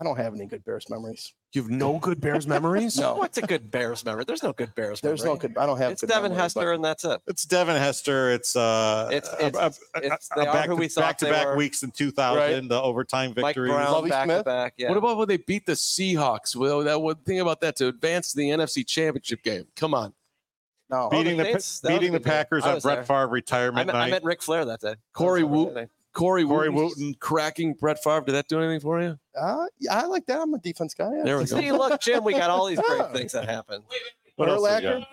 I don't have any good Bears memories.
You have no good Bears memories.
No.
What's a good Bears memory? There's no good Bears memory.
There's no good. I don't have.
It's
good
Devin
memories, but
Hester, and that's it.
It's Devin Hester. It's uh,
It's-
a-
it's-
a-
it's-
a
they are
back
who
to-
we thought
back to
they
back
were.
weeks in 2000,
Right.
the overtime
Mike
victory.
Brown
Lovie
back
Smith?
to back. Yeah.
What about when they beat the Seahawks? Well, that would think about that to advance to the NFC Championship game. Come on,
No,
Be-
beating
Oh, the
the
Saints?
Pa-
That was a
beating the
good game.
Packers
I
on
was
Brett
there.
Favre
I
retirement
met, I
night.
met Ric Flair that day.
Corey
That's
Woo-
right.
Corey,
Corey
Wooten's
Wooten.
cracking Brett Favre. Did that do anything for you?
uh, yeah, I like that. I'm a defense guy. Yeah.
There we go.
See, look, Jim, we got all these
Yeah.
great things that happened.
What else we got?
Urlacher?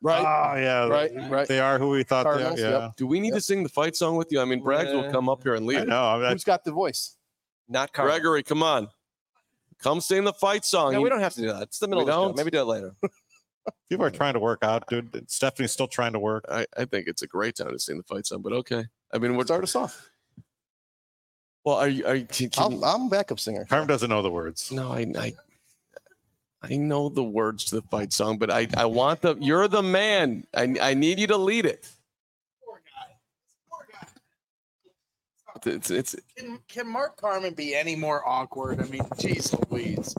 Right,
Oh yeah,
Right, right.
They are who we thought
Cardinals,
they
yep.
are. Yeah.
Do we need to sing the fight song with you? I mean, Braggs will
Yeah.
come up here and
I
lead. it.
know. I mean,
who's got the voice?
Not Carl.
Gregory, come on, come sing the fight song.
No,
You-
we don't have to do that. It's the middle
We
of the show.
don't?
Maybe do it later.
People are trying to work out, dude. Stephanie's still trying to work.
I, I think it's a great time to sing the fight song, but okay. I mean, what?
Start us off.
Well, are you? Are you can, can
I'm,
you-
I'm backup singer.
Carm doesn't know the words.
no, I, I, I know the words to the fight song, but I, I want the. You're the man. I, I need you to lead it. It's, it's
Can, can Mark Carmen be any more awkward? I mean, geez Louise.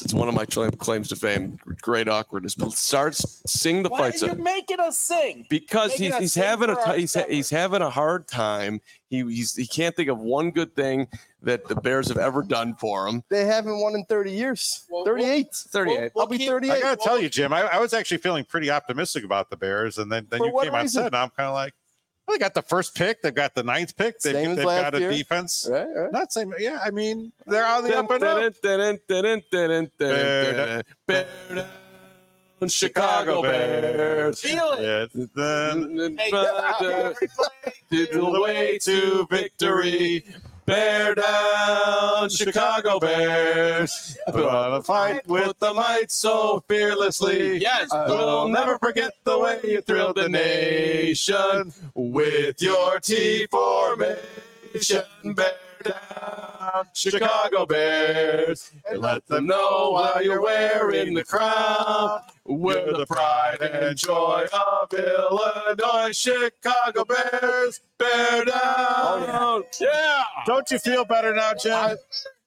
it's one of my cla- claims to fame. Great awkwardness, but starts sing the
Why
fight
are you
song.
making us sing?
because
Making
he's,
us
he's
think
having a
for
t- he's, ha-
ourselves.
he's having a hard time. He he's, he can't think of one good thing that the Bears have ever done for him.
They haven't won in 30 years.
Well,
38.
We'll- we'll
I'll be
keep-
38.
I gotta tell you, Jim, I, I was actually feeling pretty optimistic about the Bears, and then, then
For
you
what
came on
reason?
set, and I'm kind of like, well, they got the first pick, they've got the ninth pick, they've,
Same as
they've
last
got a
year.
defense.
All right, all right.
Not same, yeah. I mean, they're on the
Dun,
up and up.
dun, dun, dun, dun, dun, dun, dun. Bear down, Chicago Bears.
Feel it.
Yeah,
Dun,
then
dun,
Hey,
dun,
every play.
did the way to victory. Bear down, Chicago Bears.
we're on a fight with the might so fearlessly.
Yes,
Uh,
We'll never forget the way you thrilled the nation
with
your T formation.
Bear down, Chicago Bears. And let them know why you're wearing the crown. We're the pride and joy of Illinois, Chicago Bears. Bear down. Oh, Yeah.
Don't you feel better now, Jim?
I-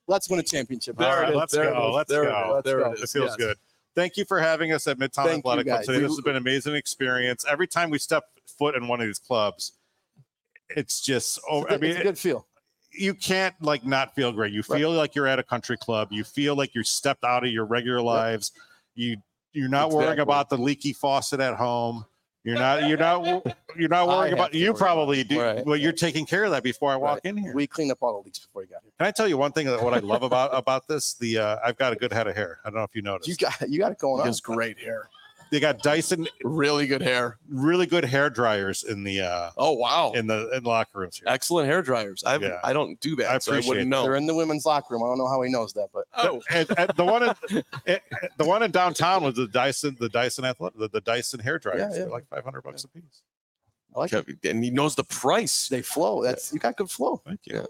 Let's win a championship.
All
There it
right,
is,
let's
there it
go,
is,
let's
there it
go.
is, there it
Let's
is,
It feels
yes.
good. Thank you for having us at Midtown
Thank you,
Athletic Club
guys.
today.
We-
This has been an amazing experience. Every time we step foot in one of these clubs, it's just oh,
It's a-
I mean,
it's a good feel.
you can't like not feel great. You
Right.
feel like you're at a country club. You feel like you're stepped out of your regular lives. You you're not worrying
Exactly.
about the leaky faucet at home. You're not you're not you're not
I
worrying
have
about
to
you
worry
probably do
Right.
well, you're taking care of that before I walk in here.
We cleaned up all the leaks before you got here.
Can I tell you one thing that what I love about about this? The uh, I've got a good head of hair. I don't know if you noticed.
You got you got it going
He
on.
has great hair.
they got Dyson
Really good hair.
really good hair dryers in the uh
Oh, wow.
in the in locker rooms here.
Excellent hair dryers. I
Yeah.
I don't do that,
I
so I
appreciate
wouldn't know.
They're in the women's locker room. I don't know how he knows that, but
Oh,
And, and the one in, eh, eh, the one in downtown was the Dyson the Dyson athletic the, the Dyson hair dryers.
Yeah, yeah.
They're like 500 bucks a piece.
I like it.
Kevin, and he knows the price.
They flow. That's you got good flow.
Thank you.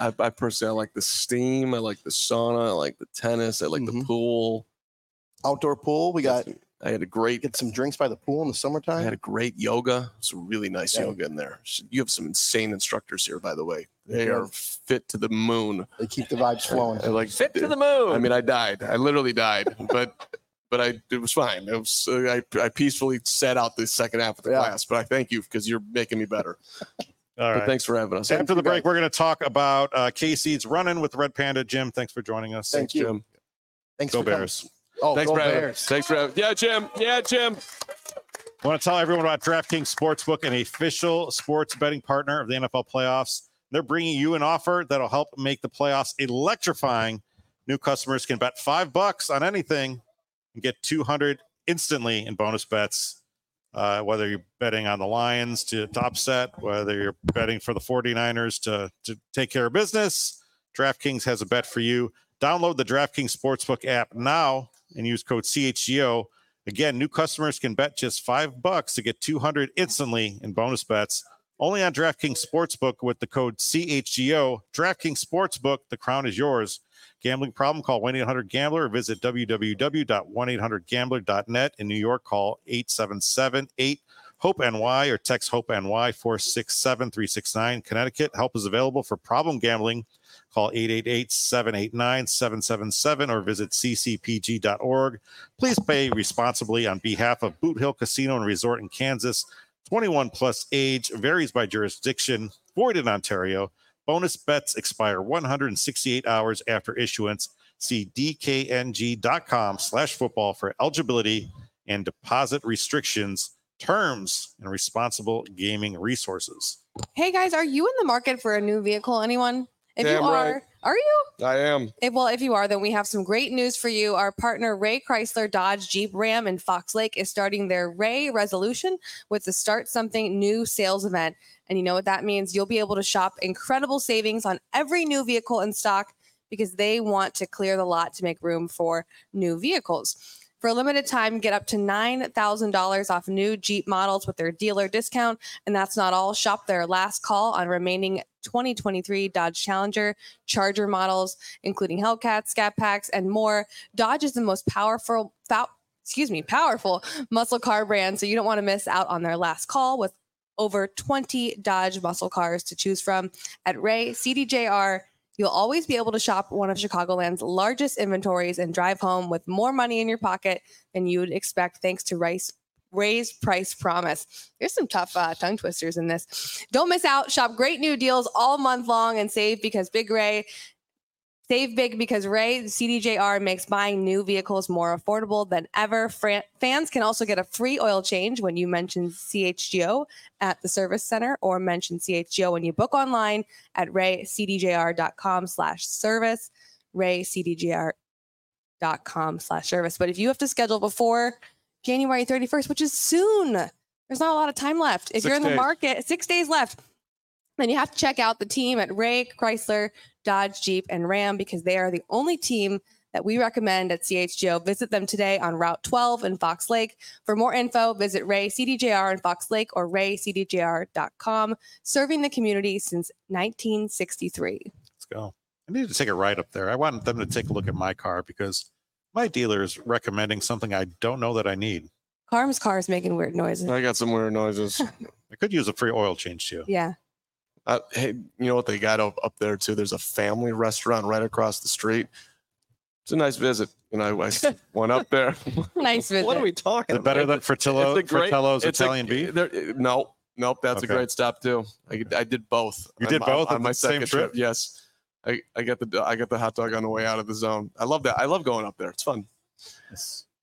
I, I personally, I like the steam. I like the sauna. I like the tennis. I like the
Mhm.
pool.
Outdoor pool. We got
I had a great,
get some drinks by the pool in the
I had
summertime.
a great yoga. It's really nice
Yeah.
yoga in there. You have some insane instructors here, by the way. They
Yeah.
are fit to the moon.
They keep the vibes flowing.
I like
Fit to the moon.
I mean, I died. I literally died, but but I it was fine. It was uh, I, I peacefully sat out the second half of the
Yeah.
class. But I thank you because you're making me better.
All
But
right.
thanks for having us.
After the break, we're going to talk about uh, Casey's running with Red Panda. Jim, thanks for joining us.
Thank you.
Jim.
Thanks
Go
for coming.
Bears.
Oh,
Thanks
go
for having us.
Bears.
Thanks for having Yeah, Jim. Yeah, Jim.
I want to tell everyone about DraftKings Sportsbook, an official sports betting partner of the NFL playoffs. They're bringing you an offer that'll help make the playoffs electrifying. New customers can bet five bucks on anything and get 200 instantly in bonus bets. Uh, whether you're betting on the Lions to, to upset, whether you're betting for the 49ers to, to take care of business, DraftKings has a bet for you. Download the DraftKings Sportsbook app now and use code CHGO. Again, new customers can bet just five bucks to get 200 instantly in bonus bets. Only on DraftKings Sportsbook with the code CHGO. DraftKings Sportsbook, the crown is yours. Gambling problem, call 1 800 Gambler or visit www.1800Gambler.net. In New York, call 877 8 Hope NY or text Hope NY 467 369. Connecticut, help is available for problem gambling. Call 888 789 777 or visit ccpg.org. Please play responsibly on behalf of Boot Hill Casino and Resort in Kansas. 21 plus age varies by jurisdiction. Void in Ontario. Bonus bets expire 168 hours after issuance. See dkng.com slash football for eligibility and deposit restrictions, terms, and responsible gaming resources.
Hey guys, are you in the market for a new vehicle? Anyone? If
Damn
you
right.
are, are you?
I am.
If, well, if you are, then we have some great news for you. Our partner Ray Chrysler Dodge Jeep Ram in Fox Lake is starting their Ray Resolution with the Start Something New sales event. And you know what that means? You'll be able to shop incredible savings on every new vehicle in stock because they want to clear the lot to make room for new vehicles. For a limited time, get up to $9,000 off new Jeep models with their dealer discount. And that's not all. Shop their last call on remaining 2023 Dodge Challenger, Charger models, including Hellcat, Scat Packs, and more. Dodge is the most powerful, pow- excuse me, powerful muscle car brand. So you don't want to miss out on their last call with over 20 Dodge muscle cars to choose from at Ray CDJR. You'll always be able to shop one of Chicagoland's largest inventories and drive home with more money in your pocket than you'd expect thanks to Rice Ray's price promise. There's some tough uh, tongue twisters in this. Don't miss out. Shop great new deals all month long and save because Big Ray Save big because Ray CDJR makes buying new vehicles more affordable than ever. Fran- fans can also get a free oil change when you mention CHGO at the service center or mention CHGO when you book online at raycdjr.com slash service, raycdjr.com slash service. But if you have to schedule before January 31st, which is soon, there's not a lot of time left. If you
Six
you're in the
days.
market, six days left, then you have to check out the team at Ray Chrysler Dodge, Jeep, and Ram because they are the only team that we recommend at CHGO. Visit them today on Route 12 in Fox Lake. For more info, visit Ray CDJR in Fox Lake or raycdjr.com, serving the community since 1963.
Let's go. I need to take a ride up there. I want them to take a look at my car because my dealer is recommending something I don't know that I need.
Carm's car is making weird noises.
I got some weird noises.
I could use a free oil change too.
Yeah.
Uh, hey, you know what they got up, up there too? There's a family restaurant right across the street. It's a nice visit, and I, I s- went up there.
Nice visit.
What are we talking
Is it
about?
better than Fritillo,
It's a great-
Fratello's
it's a-
Italian beef?
there- No, nope, that's
Okay.
a great stop too. I, I did both.
You
on
did
my-
both
on,
at
my
the same
second
trip?
Yes, I, I got the I got the hot dog on the way out of the zone. I love that. I love going up there. It's fun.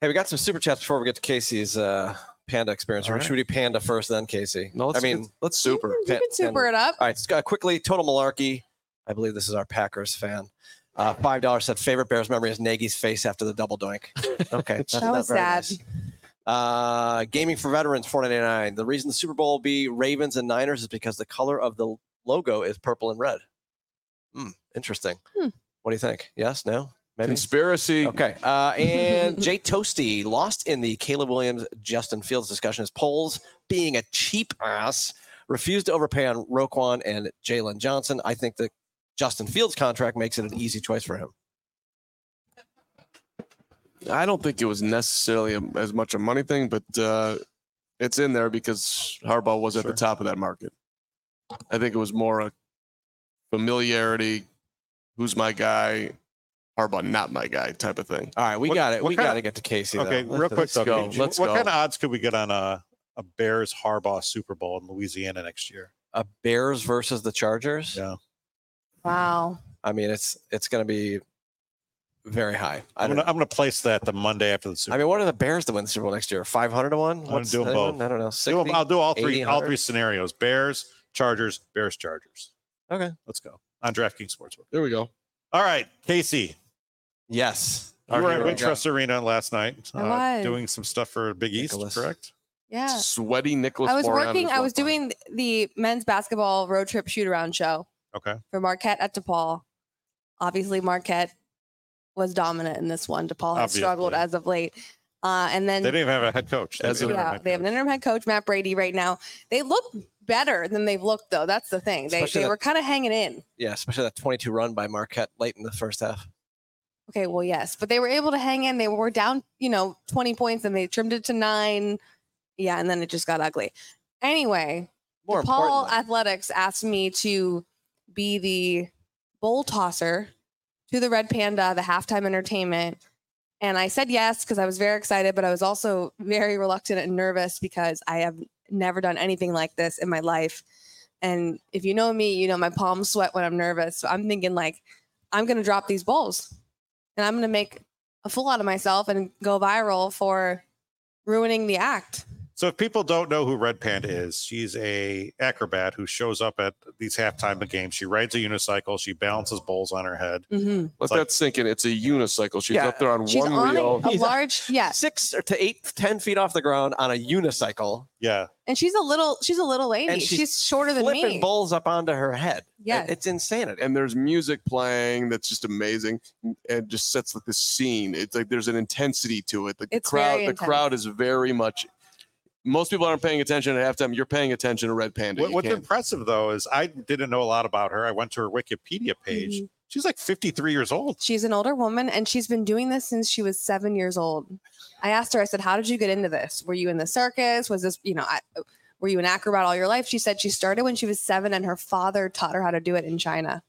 Hey, we got some super chats before we get to Casey's uh, panda experience.
All
Or Should we do panda first, then Casey?
No, let's,
I mean,
let's super.
You can super it up.
All right, Scott, quickly, total malarkey. I believe this is our Packers fan. Uh, Five dollars said favorite Bears memory is Nagy's face after the double doink. Okay, that's
That
not
was
very
sad.
nice. Uh, gaming for veterans four ninety nine. The reason the Super Bowl will be Ravens and Niners is because the color of the logo is purple and red. Hmm, interesting.
Hmm.
What do you think? Yes, no, maybe.
Conspiracy.
Okay. Uh, and Jay Toasty lost in the Caleb Williams Justin Fields discussion as polls being a cheap ass refused to overpay on Roquan and Jalen Johnson. I think the Justin Fields contract makes it an easy choice for him.
I don't think it was necessarily a, as much a money thing, but uh, it's in there because Harbaugh was at the top of that market. I think it was more a familiarity, who's my guy, Harbaugh not my guy type of thing.
All right, we
What-
got it.
what
We
kind
got
of-
to get to Casey.
Okay,
though.
real quick
let's
though.
go.
Gage,
Let's
what
go.
kind of odds could we get on a, a Bears Harbaugh Super Bowl in Louisiana next year?
A Bears versus the Chargers.
Yeah.
Wow.
I mean, it's it's going to be very high. I don't
I'm gonna,
know.
I'm gonna place that the Monday after the
I
Super Bowl.
mean, what are the Bears to win the Super Bowl next year? Five hundred to one.
gonna do 'em both.
I don't know.
Do 'em-
60?
I'll do all three
80,
all
100?
three scenarios. Bears, Chargers, Bears, Chargers.
Okay.
Let's go. On DraftKings Sportsbook.
There we go.
All right, Casey.
Yes.
You
Our
were at
hero.
Wintrust Arena last night, uh,
I was.
doing some stuff for Big East,
Nicholas.
correct?
Yeah.
Sweaty Nicholas.
I was
Moran
working,
is
I
one
was
fun.
doing the men's basketball road trip shoot around show.
Okay.
for Marquette at DePaul. Obviously, Marquette was dominant in this one. DePaul has struggled
Obviously.
as of late. Uh, and then
They didn't even have a head coach. They
As
had an
of-
interim
yeah,
head
they have an
coach.
interim head coach, Matt Brady, right now. They look better than they've looked, though. That's the thing. They,
Especially
they
that-
were kind of hanging in.
Yeah, especially that 22 run by Marquette late in the first half.
Okay, well, yes, but they were able to hang in. They were down, you know, 20 points and they trimmed it to nine. Yeah, and then it just got ugly. Anyway,
More
Paul
importantly,
Athletics asked me to be the bowl tosser to the Red Panda, the halftime entertainment. And I said yes because I was very excited, but I was also very reluctant and nervous because I have never done anything like this in my life. And if you know me, you know my palms sweat when I'm nervous. So I'm thinking like, I'm gonna drop these bowls, and I'm gonna make a fool out of myself and go viral for ruining the act.
So if people don't know who Red Panda is, she's a acrobat who shows up at these halftime of games. She rides a unicycle. She balances bowls on her head.
Mm-hmm.
Let
Like-
that sink in. It's a unicycle. She's
Yeah.
up there on
She's
one
on a,
wheel.
a large, yeah,
Six or to eight, ten feet off the ground on a unicycle,
Yeah,
and she's a little, she's a little lady.
And
she's,
she's
shorter than
flipping
me.
bowls up onto her head.
Yeah.
It- it's insanity.
and there's music playing that's just amazing and just sets like this scene. It's like there's an intensity to it. The
It's
crowd,
very
the
intense.
crowd is very much. Most people aren't paying attention at halftime. You're paying attention to Red Panda.
what,
You
what's
can't-
impressive though is I didn't know a lot about her. I went to her Wikipedia page.
Mhm.
She's like 53 years old.
She's an older woman, and she's been doing this since she was seven years old. I asked her, I said, "How did you get into this? Were you in the circus? Was this, you know, I, were you an acrobat all your life?" She said she started when she was seven, and her father taught her how to do it in China.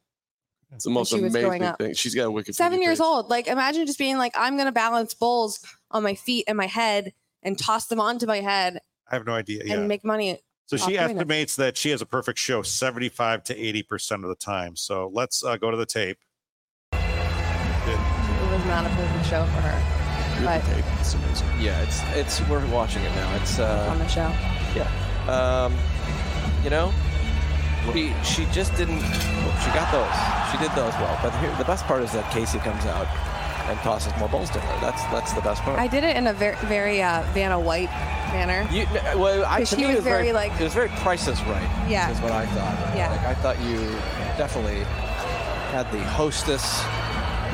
it's the most
she was growing
amazing
up.
thing. She's got a Wikipedia.
seven years
page.
old. Like, imagine just being like, "I'm gonna balance bowls on my feet and my head." And toss them onto my head
I have no idea.
and
Yeah.
make money.
So she
Off doing it.
estimates that she has a perfect show 75 to 80% of the time. So let's uh, go to the tape.
It was not a perfect show for her
Here's the tape. It's amazing.
Yeah, it's it's we're watching it now. It's
on
uh,
the show.
um, you know, she she just didn't. She got those. She did those well. But here, the best part is that Casey comes out and tosses more balls to her. That's that's the best part.
I did it in a very, very uh, Vanna White manner.
You, n- well, I,
Because
to
he
me, it
was
was very,
very, like-
it was very prices right.
Yeah.
is what I thought.
Yeah.
like, I thought you definitely had the hostess.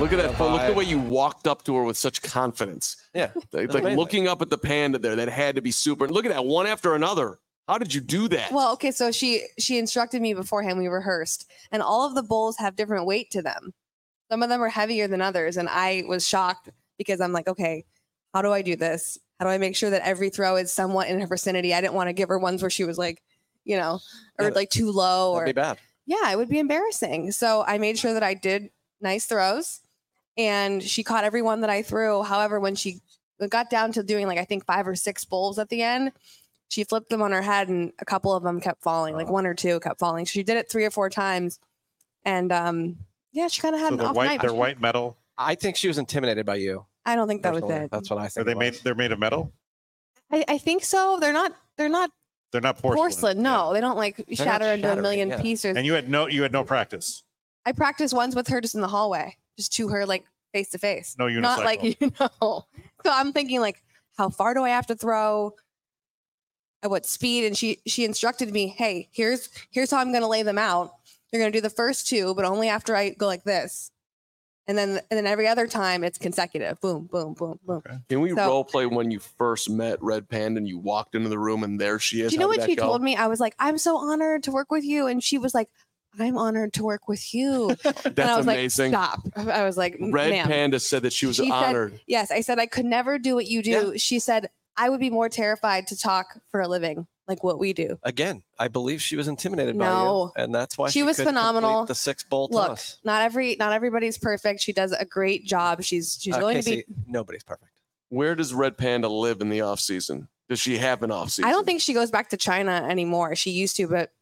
Look at that.
Yeah,
photo. Look at the
vibe.
way you walked up to her with such confidence.
Yeah,
It's like
amazing.
looking up at the panda there. That had to be super. Look at that one after another. How did you do that?
Well, okay, so she she instructed me beforehand. We rehearsed, and all of the bowls have different weight to them. Some of them are heavier than others, and I was shocked because I'm like, okay, how do I do this? How do I make sure that every throw is somewhat in her vicinity? I didn't want to give her ones where she was like, you know, or
Yeah,
like too low,
that'd
or
be bad.
yeah, it would be embarrassing. So I made sure that I did nice throws, and she caught every one that I threw. However, when she got down to doing like I think five or six bowls at the end, she flipped them on her head, and a couple of them kept falling. Like one or two kept falling. She did it three or four times, and um, yeah, she kind of had
So
an
they're
off
white,
night.
they're white metal.
I think she was intimidated by you.
I don't think that was
personally.
it.
That's what I
Are
think.
they
it
made?
was.
They're made of metal.
I, I think so. They're not. They're not
They're not porcelain.
porcelain. no, they don't like
not
shatter into a
shattering,
million
yeah.
Yeah.
pieces.
And you had no. You had no practice.
I practiced once with her just in the hallway, just to her like face to face.
No
Not like
unicycle.
you know. So I'm thinking like, how far do I have to throw? At what speed? And she she instructed me, hey, here's here's how I'm gonna lay them out. You're gonna do the first two, but only after I go like this. And then and then every other time it's consecutive. Boom, boom, boom, boom.
Can we
So-
role play when you first met Red Panda and you walked into the room and there she is?
Do you
How
know
did
what
that
she
go?
told me? I was like, I'm so honored to work with you. And she was like, I'm honored to work with you.
That's
and I was
amazing.
like, stop. I was like,
Red
ma'am.
Panda said that she was
She said-
honored.
Yes, I said I could never do what you do. She said I would be more terrified to talk for a living, like what we do.
Again, I believe she was intimidated
No.
by you, and that's why
She was
couldn't complete
phenomenal.
The six bowl
Look,
toss.
Not every not everybody's perfect. She does a great job. She's she's
Uh,
going
Casey,
to
nobody's perfect.
Where does Red Panda live in the off season? Does she have an off
be.
season?
I don't think she goes back to China anymore. She used to, but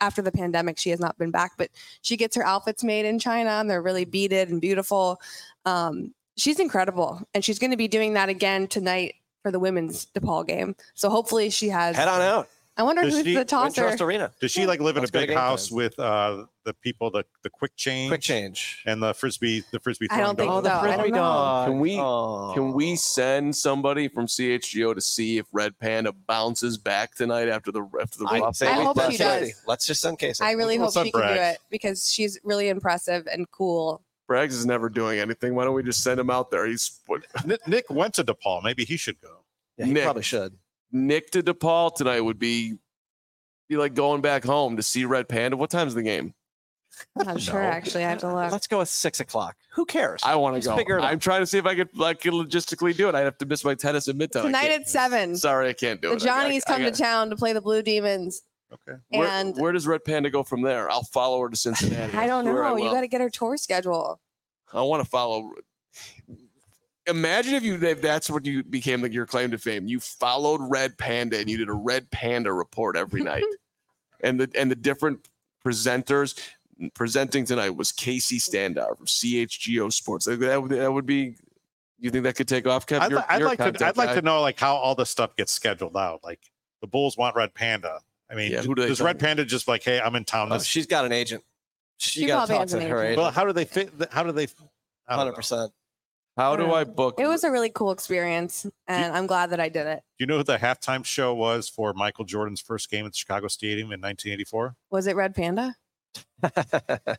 after the pandemic, she has not been back. But she gets her outfits made in China, and they're really beaded and beautiful. Um, she's incredible, and she's going to be doing that again tonight for the women's DePaul game. So hopefully, she has.
Head on out.
I wonder
Does
who's
she-
the tosser.
Wintrust Arena.
Does she like live in a
Let's go to
big
game time.
house with uh the people, the the quick change,
Quick change.
and the frisbee, the frisbee?
I don't
throwing dog?
think Oh, the so. I don't frisbee know. dog.
Can we-
Oh.
Can we send somebody from CHGO to see if Red Panda bounces back tonight after the after the
I,
rough
say
I
we-
hope
let's
she
do it.
does.
Let's just send Casey.
I really hope
What's up,
she can do
Brax?
it because she's really impressive and cool.
Braggs is never doing anything. Why don't we just send him out there? He's what,
Nick, Nick went to DePaul. Maybe he should go.
yeah, he
Nick.
probably should.
Nick to DePaul tonight would be be like going back home to see Red Panda. What time's the game?
I'm not sure
No.
actually. I have to look.
Let's go with six o'clock. Who cares?
I want to
Just
go.
figure it out.
I'm trying to see if I could like logistically do it. I'd have to miss my tennis at midtown. I
Tonight
can't-
at seven.
Sorry, I can't do
The
it. I- I-
Johnnies
I
come to
got-
town to play the Blue Demons,
Okay.
and
where, where does Red Panda go from there? I'll follow her to Cincinnati.
I don't
swear I
know. You
will.
got to get her tour schedule.
I want to follow. Imagine if you if that's what you became like your claim to fame. You followed Red Panda and you did a Red Panda report every night, and the and the different presenters presenting tonight was Casey Standout from CHGO Sports. Like, that would that would be You think that could take off, Kev?
I'd,
You're-
li- I'd
you're a
like to.
content
I'd like
guy.
to know like how all this stuff gets scheduled out. Like the Bulls want Red Panda. I mean,
Yeah, who do they
does
call?
Red Panda just like, hey, I'm in town?
Oh,
This.
she's got an agent. She,
She
got to
probably
talk
has
to
an
her
agent.
well,
agent.
how do they fit? How do they? I don't know.
Hundred percent.
How do I book?
It was a really cool experience, and I'm glad that I did it.
Do you know who the halftime show was for Michael Jordan's first game at the Chicago Stadium in 1984?
Was it Red Panda?
I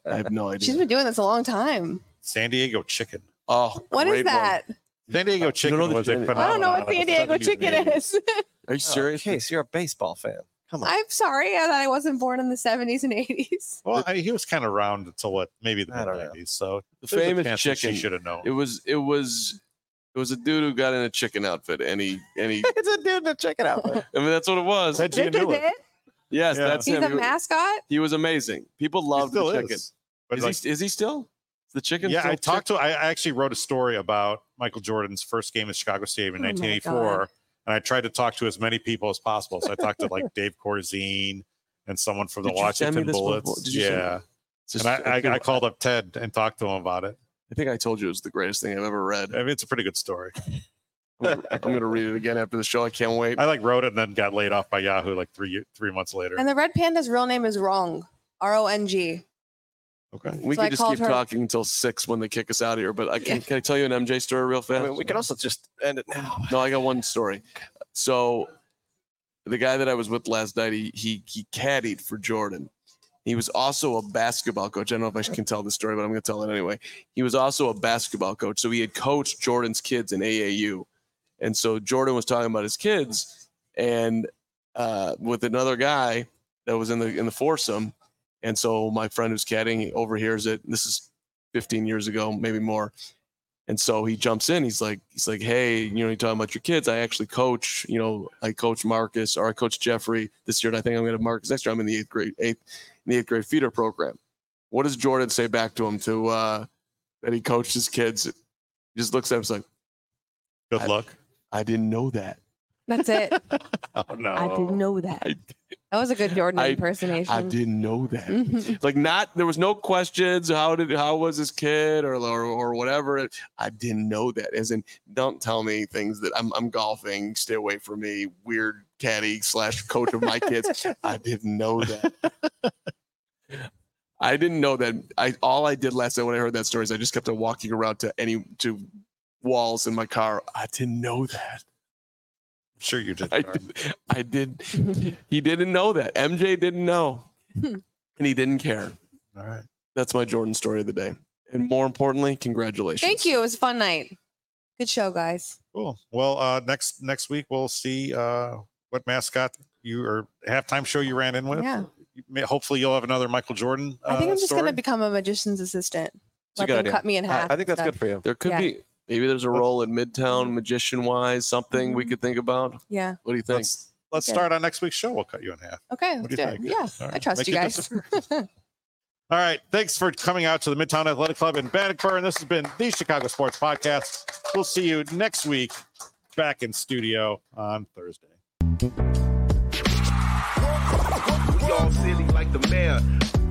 have no
She's
idea.
been doing this a long time.
San Diego Chicken.
Oh,
What is
great one.
that?
San Diego
you
Chicken
don't know the
was a
Chicken-
phenomenon.
I don't know what San Diego chicken is.
Are
Uh,
you serious?
Case, you're a baseball fan. Come on.
I'm sorry that I wasn't born in the 70s and 80s.
Well, I mean, he was kind of round until what maybe the
I don't know.
90s. So
The
there's a
famous
chance that
chicken.
She should have known.
It was. It was. It was a dude who got in a chicken outfit, and he. And he.
it's a dude to check it out.
I mean, that's what it was.
That you
Dick
knew
is
it.
it?
yes,
Yeah.
that's
He's
him.
a
He was-
mascot?
He was amazing. People
He
loved
still
the chicken.
is. But
Is
like,
he? Is he still? Is the chicken?
yeah,
still
I talked
chick-
to. I actually wrote a story about Michael Jordan's first game at Chicago Stadium in
Oh my
1984, and I tried to talk to as many people as possible. So I talked to like Dave Corzine and someone from the
Did you send me
Washington
this one?
Bullets.
Did you send me-
yeah,
It's just-
and I, I, I
think-
called up Ted and talked to him about it.
I think I told you it was the greatest thing I've ever read.
I mean, it's a pretty good story.
I'm going to read it again after the show. I can't wait.
I like wrote it and then got laid off by Yahoo like three ye- three months later.
And the Red Panda's real name is Wrong. R O N G.
Okay.
We
So
could
I
just
called
keep
her-
talking until six when they kick us out of here. But I can, can I tell you an MJ story real
I
fast?
mean, we can also just end it now.
No, I got one story. So the guy that I was with last night, he he he caddied for Jordan. He was also a basketball coach. I don't know if I can tell this story, but I'm going to tell it anyway. He was also a basketball coach, so he had coached Jordan's kids in AAU, and so Jordan was talking about his kids, and uh, with another guy that was in the in the foursome, and so my friend who's caddying he overhears it. This is 15 years ago, maybe more. And so he jumps in. He's like, he's like, hey, you know, you're talking about your kids. I actually coach, you know, I coach Marcus or I coach Jeffrey this year, and I think I'm going to Marcus next year. I'm in the eighth grade, eighth, in the eighth grade feeder program. What does Jordan say back to him to uh, that he coached his kids? He just looks at him, he's like,
Good luck.
I didn't know that.
That's it.
Oh no.
I didn't know that.
I,
That was a good Jordan
I-
impersonation.
I didn't know that.
Mhm.
like not there was no questions how did how was his kid or or, or whatever i didn't know that as in don't tell me things that i'm, I'm golfing stay away from me weird caddy slash coach of my kids i didn't know that i didn't know that i all i did last night when i heard that story is i just kept on walking around to any to walls in my car i didn't know that
I'm sure you did.
I
Norm.
did, I did he didn't know that mj didn't know and he didn't care
All right.
that's my Jordan story of the day. And more importantly, congratulations.
Thank you. It was a fun night. Good show, guys.
Cool. Well, uh, next next week we'll see uh, what mascot you or halftime show you ran in with.
Yeah.
You may- Hopefully, you'll have another Michael Jordan. Uh,
I think I'm just
story.
going to become a magician's assistant.
a
Let
good
them
idea.
cut me in
I,
half.
I think that's
and
good for you.
There could
Yeah.
be maybe there's a role in Midtown magician wise, something
Mm-hmm.
we could think about.
stuff. Yeah.
What do you think?
Let's, let's
Okay.
start on next week's show. We'll cut you in half.
Okay.
What
Let's
do
do
you
it.
think?
Yeah.
All
I
right.
trust
Make
you
your
guys.
All right. Thanks for coming out to the Midtown Athletic Club in Bannockburn. This has been the Chicago Sports Podcast. We'll see you next week back in studio on Thursday.
Y'all silly like the mayor.